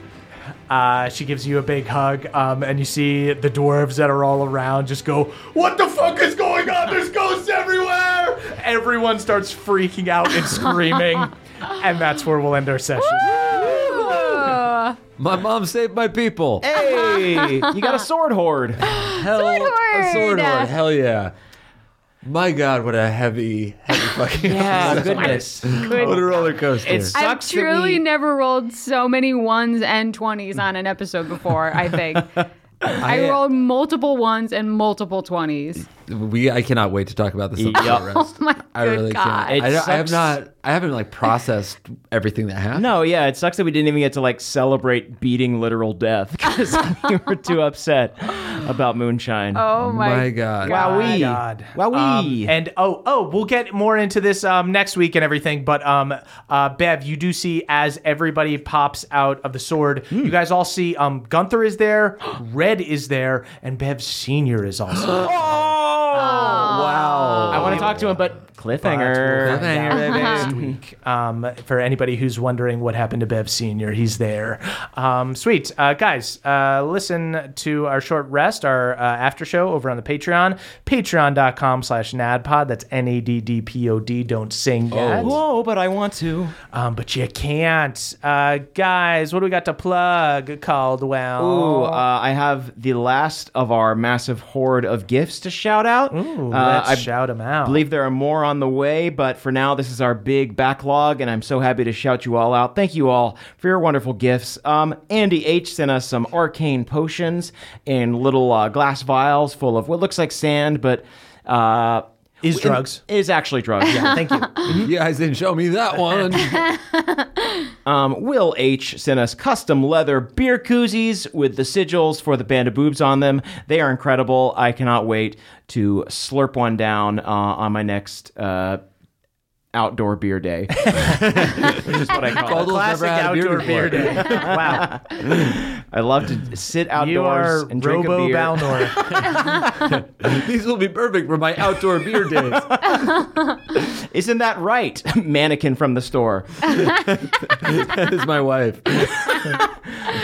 Speaker 10: uh, she gives you a big hug um, and you see the dwarves that are all around just go what the fuck is
Speaker 3: Oh,
Speaker 10: going on there's ghosts everywhere everyone starts freaking out and screaming and that's where we'll end our session
Speaker 8: My mom saved my people.
Speaker 7: Hey, you got a sword horde.
Speaker 8: Hell, a sword horde. Hell yeah. My God, what a heavy, heavy fucking.
Speaker 7: Yeah, goodness.
Speaker 8: what a roller coaster.
Speaker 7: It's-
Speaker 5: I've
Speaker 7: Sucks that we-
Speaker 5: truly never rolled so many ones and twenties on an episode before. I think I,
Speaker 8: I-
Speaker 5: rolled multiple ones and multiple twenties.
Speaker 8: we. I cannot wait to talk about this.
Speaker 7: Yup.
Speaker 8: episode rest.
Speaker 5: Oh my
Speaker 8: I
Speaker 5: good
Speaker 8: really
Speaker 5: God.
Speaker 8: can't. I,
Speaker 7: It
Speaker 8: don't- I have
Speaker 7: sucks.
Speaker 8: not. I haven't like processed everything that happened.
Speaker 7: No, yeah, it sucks that we didn't even get to like celebrate beating literal death because we were too upset about moonshine.
Speaker 5: Oh my,
Speaker 8: My God.
Speaker 7: Wowee.
Speaker 10: God.
Speaker 7: Wowee.
Speaker 10: Um, and oh, oh, we'll get more into this um, next week and everything. But um, uh, Bev, you do see as everybody pops out of the sword, you guys all see um, Gunther is there, Red is there, and Bev Senior is also. there.
Speaker 8: Wow.
Speaker 7: I want to talk to him, but
Speaker 10: But we'll
Speaker 7: cliffhanger.
Speaker 10: find out next week. Um, for anybody who's wondering what happened to Bev Senior, he's there. Um, sweet uh, guys, uh, listen to our short rest, our uh, after show over on the Patreon, Patreon.com/slash NADPod. That's N-A-D-D-P-O-D. Don't sing
Speaker 7: Oh.
Speaker 10: yet.
Speaker 7: Whoa, but I want to.
Speaker 10: Um, but you can't. Uh, guys, what do we got to plug, Caldwell?
Speaker 7: Ooh, uh, I have the last of our massive horde of gifts to shout out.
Speaker 10: Ooh,
Speaker 7: Uh,
Speaker 10: let's
Speaker 7: I
Speaker 10: shout him out.
Speaker 7: believe there are more on the way, but for now, this is our big backlog, and I'm so happy to shout you all out. Thank you all for your wonderful gifts. Um, Andy H sent us some arcane potions in little uh, glass vials full of what looks like sand, but uh,
Speaker 10: Is
Speaker 7: it-
Speaker 10: drugs.
Speaker 7: is actually drugs. Yeah.
Speaker 10: Thank you.
Speaker 8: You guys didn't show me that one.
Speaker 7: Um, Will H sent us custom leather beer koozies with the sigils for the band of boobs on them. They are incredible. I cannot wait to slurp one down uh, on my next. Uh, outdoor beer day. Is what I call it.
Speaker 8: Goldell's never had a beer before.
Speaker 3: wow.
Speaker 7: I love to sit outdoors
Speaker 3: You are
Speaker 7: and drink a
Speaker 3: Robo
Speaker 7: beer.
Speaker 3: Balnor.
Speaker 8: These will be perfect for my outdoor beer days.
Speaker 7: Isn't that right? Mannequin from the store.
Speaker 8: that is my wife.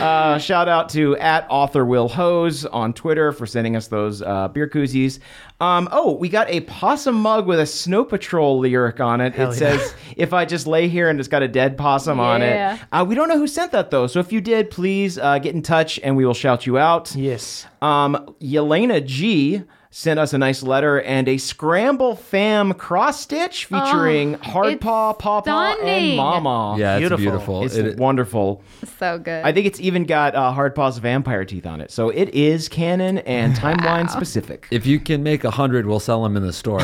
Speaker 7: Uh, shout out to at author Will Hose on Twitter for sending us those uh, beer koozies. Um, oh, we got a possum mug with a Snow Patrol lyric on it.
Speaker 3: Hell
Speaker 7: it
Speaker 3: yeah.
Speaker 7: says, "If I just lay here and it's got a dead possum on
Speaker 6: Yeah.
Speaker 7: it." Uh, we don't know who sent that though, so if you did, please uh, get in touch and we will shout you out.
Speaker 3: yes.
Speaker 7: Um, Yelena G sent us a nice letter and a scramble fam cross stitch featuring hard
Speaker 6: Oh, it's
Speaker 7: paw, paw paw, and
Speaker 6: stunning.
Speaker 7: mama.
Speaker 8: Yeah, it's
Speaker 3: Beautiful.
Speaker 8: beautiful.
Speaker 7: It's
Speaker 8: It-
Speaker 7: wonderful.
Speaker 6: So good.
Speaker 7: I think it's even got uh, hard paws vampire teeth on it, so it is canon and timeline specific.
Speaker 8: if you can make a hundred, we'll sell them in the store.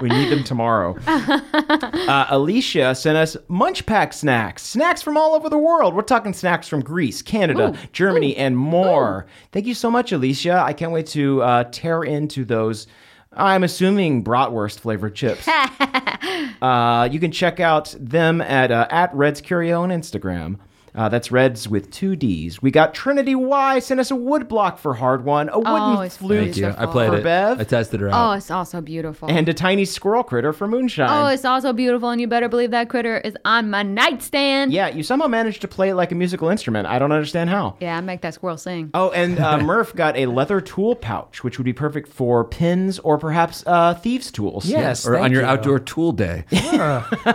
Speaker 7: we need them tomorrow. Uh, Alicia sent us munch pack snacks, snacks from all over the world. We're talking snacks from Greece, Canada, Germany, and more. Thank you so much, Alicia. I can't wait to uh, tear into those. I'm assuming bratwurst flavored chips. uh, you can check out them at uh, at Reds Curio on Instagram. Uh, that's Reds with two D's. We got Trinity Y sent us a wood block for hard one, a wooden
Speaker 6: Oh, it's
Speaker 7: flute
Speaker 8: Thank you. I
Speaker 6: Beautiful.
Speaker 8: played
Speaker 7: For
Speaker 8: it.
Speaker 7: Bev?
Speaker 8: I tested her
Speaker 6: oh,
Speaker 8: out.
Speaker 6: it's also beautiful.
Speaker 7: and a tiny squirrel critter for moonshine.
Speaker 6: oh, it's also beautiful, and you better believe that critter is on my nightstand.
Speaker 7: Yeah, you somehow managed to play it like a musical instrument. I don't understand how.
Speaker 6: Yeah, I make that squirrel sing.
Speaker 7: Oh, and uh, Murph got a leather tool pouch, which would be perfect for pins or perhaps uh, thieves' tools.
Speaker 3: Yes.
Speaker 8: or on
Speaker 3: thank
Speaker 8: your
Speaker 3: you.
Speaker 8: outdoor tool day.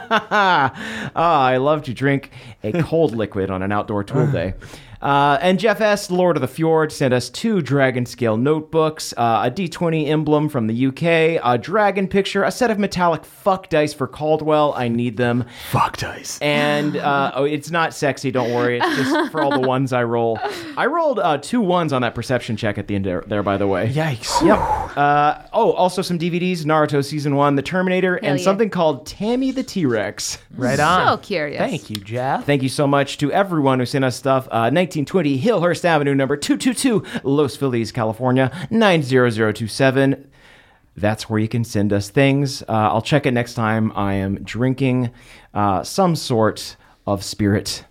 Speaker 7: ah, ah, I love to drink a cold liquid on an outdoor tool day. Uh, and Jeff S., Lord of the Fjord, sent us two dragon scale notebooks, uh, a D20 emblem from the UK, a dragon picture, a set of metallic fuck dice for Caldwell. I need them.
Speaker 9: Fuck dice.
Speaker 7: And uh, oh, it's not sexy. Don't worry. It's just for all the ones I roll. I rolled uh, two ones on that perception check at the end there. there, by the way.
Speaker 3: Yikes.
Speaker 7: Yep. Uh, oh, also some DVDs: Naruto season one, The Terminator,
Speaker 6: Hell
Speaker 7: and
Speaker 6: yeah.
Speaker 7: something called Tammy the T Rex.
Speaker 3: Right on.
Speaker 6: So curious.
Speaker 3: Thank you, Jeff.
Speaker 7: Thank you so much to everyone who sent us stuff. Uh, 1920 Hillhurst Avenue, number 222, Los Feliz, California, 90027. That's where you can send us things. Uh, I'll check it next time I am drinking uh, some sort of spirit.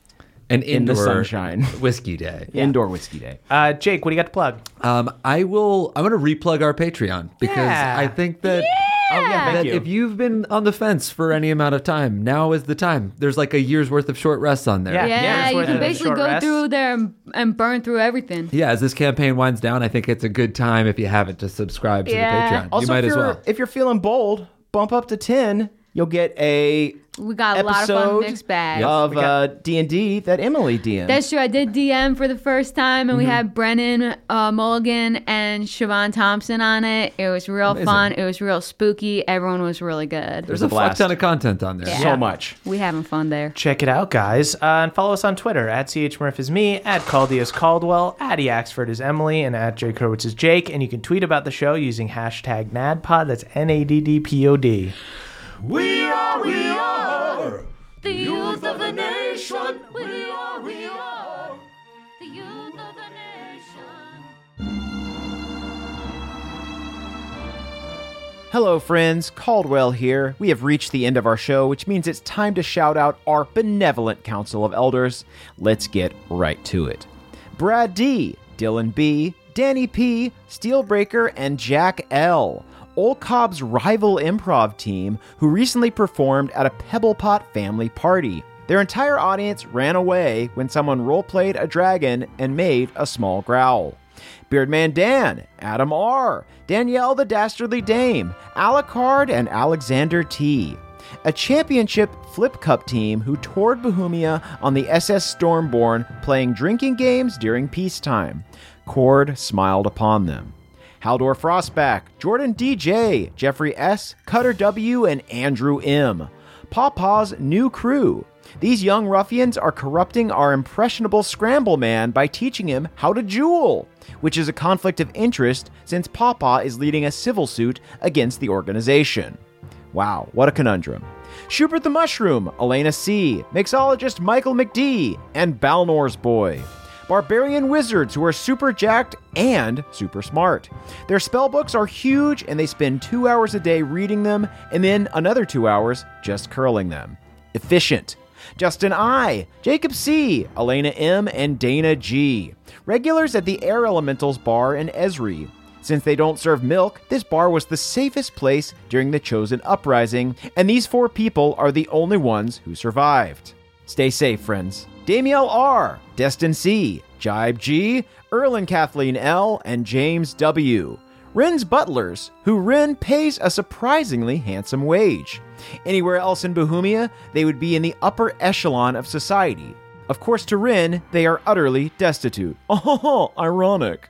Speaker 8: An
Speaker 7: In the
Speaker 8: indoor
Speaker 7: sunshine.
Speaker 8: whiskey day.
Speaker 7: Indoor whiskey day.
Speaker 3: Uh, Jake, what do you got to plug?
Speaker 8: Um, I will. I'm going to replug our Patreon because
Speaker 3: Yeah.
Speaker 8: I think that.
Speaker 7: Oh, yeah,
Speaker 8: that if you've been on the fence for any amount of time, now is the time. There's like a year's worth of short rests on there.
Speaker 3: Yeah. Yeah,
Speaker 6: Yeah,
Speaker 3: it's
Speaker 6: you
Speaker 3: worth
Speaker 6: can
Speaker 3: it.
Speaker 6: basically
Speaker 3: Short
Speaker 6: go
Speaker 3: rest.
Speaker 6: through there and, and burn through everything.
Speaker 8: Yeah, as this campaign winds down, I think it's a good time if you haven't to subscribe to
Speaker 6: Yeah.
Speaker 8: the Patreon.
Speaker 7: also,
Speaker 8: you might
Speaker 7: if,
Speaker 8: as
Speaker 7: you're,
Speaker 8: well.
Speaker 7: if you're feeling bold, bump up to 10. You'll get a
Speaker 6: We got a lot of
Speaker 7: episode
Speaker 6: fun mixed bags.
Speaker 7: of uh, D&D that Emily DM'd.
Speaker 6: That's true. I did DM for the first time, and we had Brennan uh, Mulligan and Siobhan Thompson on it. It was real fun. It was real spooky. Everyone was really good.
Speaker 8: There's
Speaker 7: a
Speaker 8: a fuck
Speaker 7: blast.
Speaker 8: ton of content on there.
Speaker 7: so much.
Speaker 6: we having fun there.
Speaker 3: Check it out, guys. Uh, and follow us on Twitter at CHMurph is me, at Caldy is Caldwell, at Eaxford is Emily, and at Jake Hurwitz is Jake. And you can tweet about the show using hashtag NADPOD. That's N A D D P O D.
Speaker 6: The youth of the nation. We are. We are. The youth of the nation.
Speaker 1: Hello, friends. Caldwell here.
Speaker 7: We have reached the end of our show, which means it's time to shout out our benevolent Council of Elders. Let's get right to it. Brad D, Dylan B, Danny P, Steelbreaker, and Jack L. Old Cobb's rival improv team, who recently performed at a Pebblepot family party. Their entire audience ran away when someone roleplayed a dragon and made a small growl. Beardman Dan, Adam R., Danielle the Dastardly Dame, Alucard, and Alexander T. A championship Flip Cup team who toured Bohemia on the SS Stormborn playing drinking games during peacetime. Cord smiled upon them. Haldor Frostback, Jordan DJ, Jeffrey S., Cutter W., and Andrew M. Pawpaw's new crew. These young ruffians are corrupting our impressionable Scramble Man by teaching him how to jewel, which is a conflict of interest since Pawpaw is leading a civil suit against the organization. Wow, what a conundrum. Schubert the Mushroom, Elena C., Mixologist Michael McD., and Balnor's Boy. barbarian wizards who are super jacked and super smart. Their spell books are huge, and they spend two hours a day reading them and then another two hours just curling them. Efficient. Justin I, Jacob C, Elena M, and Dana G. Regulars at the Air Elementals Bar in Esri. Since they don't serve milk, this bar was the safest place during the Chosen Uprising, and these four people are the only ones who survived. Stay safe, friends. Damiel R, Destin C, Jibe G, Erlen Kathleen L, and James W. Ren's butlers, who Ren pays a surprisingly handsome wage. Anywhere else in Bohemia, they would be in the upper echelon of society. Of course, to Ren, they are utterly destitute. Oh, ironic.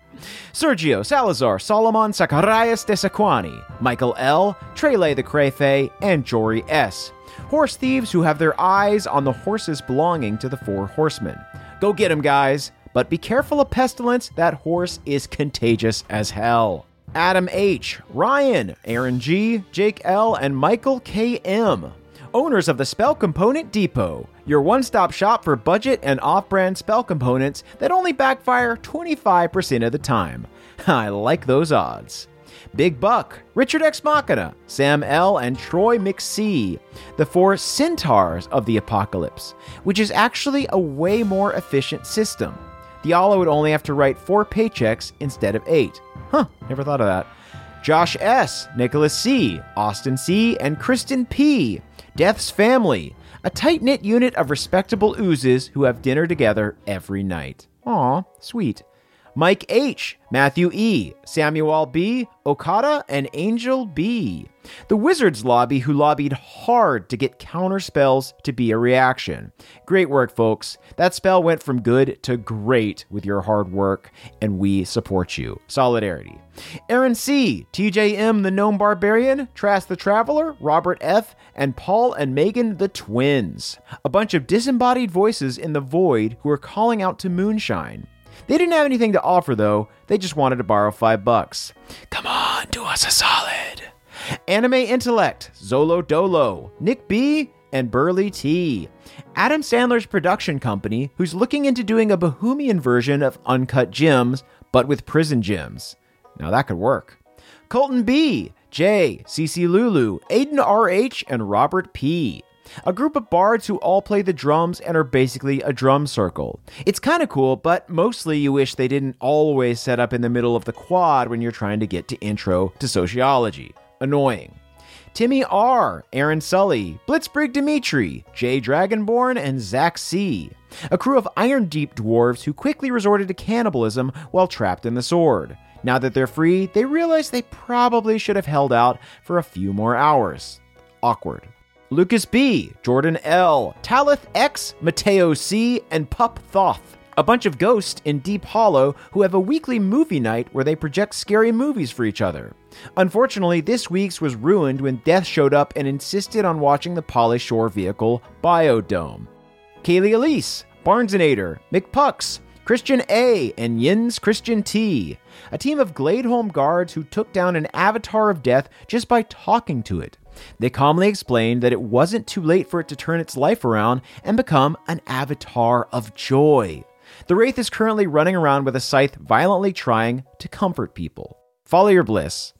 Speaker 7: Sergio Salazar Solomon Zacharias de Sequani, Michael L., Trele the Crefe, and Jory S. Horse thieves who have their eyes on the horses belonging to the four horsemen. Go get 'em, guys, but be careful of pestilence. That horse is contagious as hell. Adam H., Ryan, Aaron G., Jake L., and Michael K.M. Owners of the Spell Component Depot, your one stop shop for budget and off brand spell components that only backfire 25% of the time. I like those odds. Big Buck, Richard X Machina, Sam L., and Troy McSee, the four centaurs of the apocalypse, which is actually a way more efficient system. Diallo would only have to write four paychecks instead of eight. Huh, never thought of that. Josh S., Nicholas C., Austin C., and Kristen P., Death's Family, a tight knit unit of respectable oozes who have dinner together every night. Aw, sweet. Mike H., Matthew E., Samuel B., Okada, and Angel B. The Wizards lobby who lobbied hard to get counter spells to be a reaction. Great work, folks. That spell went from good to great with your hard work, and we support you. Solidarity. Aaron C., TJM the Gnome Barbarian, Trask the Traveler, Robert F., and Paul and Megan the Twins. A bunch of disembodied voices in the void who are calling out to Moonshine. They didn't have anything to offer though, they just wanted to borrow five bucks. Come on, do us a solid. Anime Intellect, Zolo Dolo, Nick B, and Burley T. Adam Sandler's production company, who's looking into doing a Bohemian version of Uncut Gems, but with prison gems. Now that could work. Colton B, J, CC Lulu, Aiden RH, and Robert P. A group of bards who all play the drums and are basically a drum circle. It's kind of cool, but mostly you wish they didn't always set up in the middle of the quad when you're trying to get to intro to sociology. Annoying. Timmy R., Aaron Sully, Blitzbrig Dimitri, Jay Dragonborn, and Zach C. A crew of Iron Deep dwarves who quickly resorted to cannibalism while trapped in the sword. Now that they're free, they realize they probably should have held out for a few more hours. Awkward. Lucas B., Jordan L., Talith X., Mateo C., and Pup Thoth. A bunch of ghosts in Deep Hollow who have a weekly movie night where they project scary movies for each other. Unfortunately, this week's was ruined when Death showed up and insisted on watching the Polly Shore vehicle Biodome. Kaylee Elise, Barnesonator, McPucks, Christian A, and Yin's Christian T, a team of Gladeholm guards who took down an avatar of death just by talking to it. They calmly explained that it wasn't too late for it to turn its life around and become an avatar of joy. The Wraith is currently running around with a scythe violently trying to comfort people. Follow your bliss.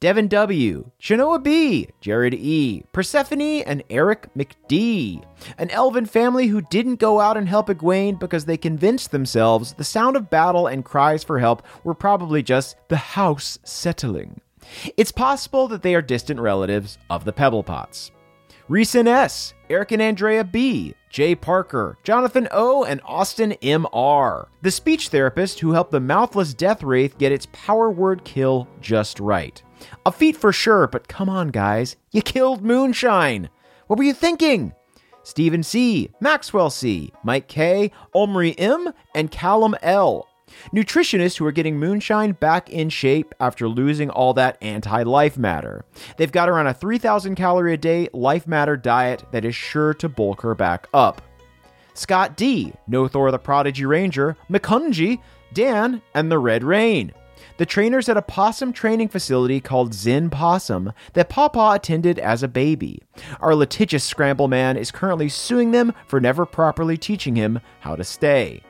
Speaker 7: Devin W., Chinoa B., Jared E., Persephone, and Eric McD. An elven family who didn't go out and help Egwene because they convinced themselves the sound of battle and cries for help were probably just the house settling. It's possible that they are distant relatives of the Pebblepots. Reeson S, Eric and Andrea B, Jay Parker, Jonathan O, and Austin M.R. The speech therapist who helped the mouthless Death Wraith get its power word kill just right. A feat for sure, but come on, guys. You killed Moonshine. What were you thinking? Stephen C., Maxwell C., Mike K., Omri M., and Callum L. Nutritionists who are getting Moonshine back in shape after losing all that anti life matter. They've got her on a 3,000 calorie a day life matter diet that is sure to bulk her back up. Scott D., Nothor the Prodigy Ranger, McCungy, Dan, and the Red Rain. The trainers at a possum training facility called Zen Possum that Pawpaw attended as a baby. Our litigious scramble man is currently suing them for never properly teaching him how to stay.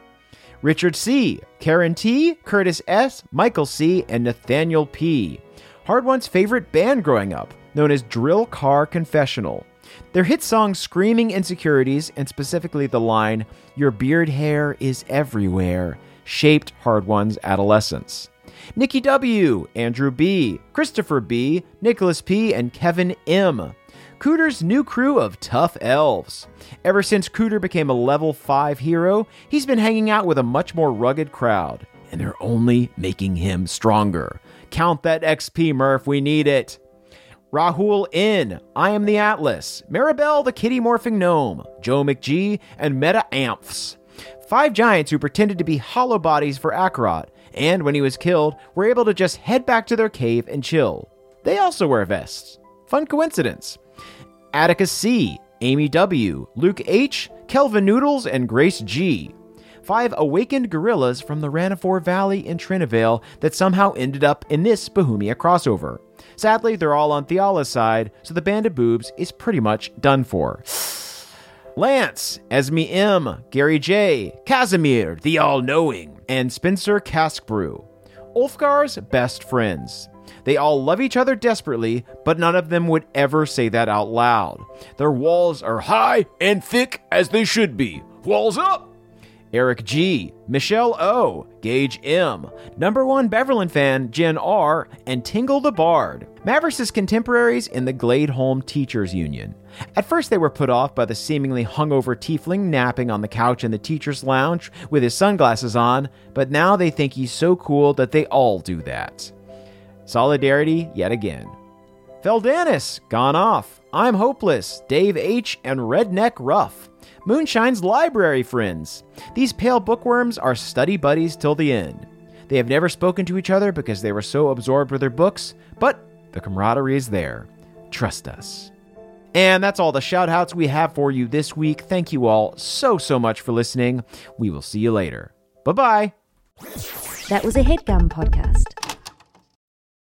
Speaker 7: Richard C., Karen T., Curtis S., Michael C., and Nathaniel P. Hard One's favorite band growing up, known as Drill Car Confessional. Their hit song Screaming Insecurities, and specifically the line, Your beard hair is everywhere, shaped Hard One's adolescence. Nikki W., Andrew B., Christopher B., Nicholas P., and Kevin M. Cooter's new crew of tough elves. Ever since Cooter became a level 5 hero, he's been hanging out with a much more rugged crowd, and they're only making him stronger. Count that XP, Murph, we need it. Rahul N, I am the Atlas, Maribel the Kitty Morphing Gnome, Joe McGee, and Meta Amphs. Five giants who pretended to be hollow bodies for Akarot, and when he was killed, were able to just head back to their cave and chill. They also wear vests. Fun coincidence. Atticus C, Amy W, Luke H, Kelvin Noodles, and Grace G. Five awakened gorillas from the Ranifor Valley in Trinivale that somehow ended up in this Bohemia crossover. Sadly, they're all on Theala's side, so the band of boobs is pretty much done for. Lance, Esme M, Gary J, Casimir, the All Knowing, and Spencer Caskbrew. Ulfgar's best friends. They all love each other desperately, but none of them would ever say that out loud. Their walls are high and thick as they should be. Walls up! Eric G, Michelle O, Gage M, number one Beverlin fan Jen R, and Tingle the Bard, Mavericks' contemporaries in the Gladeholm Teachers Union. At first, they were put off by the seemingly hungover tiefling napping on the couch in the teachers' lounge with his sunglasses on, but now they think he's so cool that they all do that. Solidarity yet again. Feldanis, gone off. I'm hopeless. Dave H and Redneck Ruff. Moonshine's library friends. These pale bookworms are study buddies till the end. They have never spoken to each other because they were so absorbed with their books, but the camaraderie is there. Trust us. And that's all the shout outs we have for you this week. Thank you all so, so much for listening. We will see you later. Bye bye.
Speaker 15: That was a headgum podcast.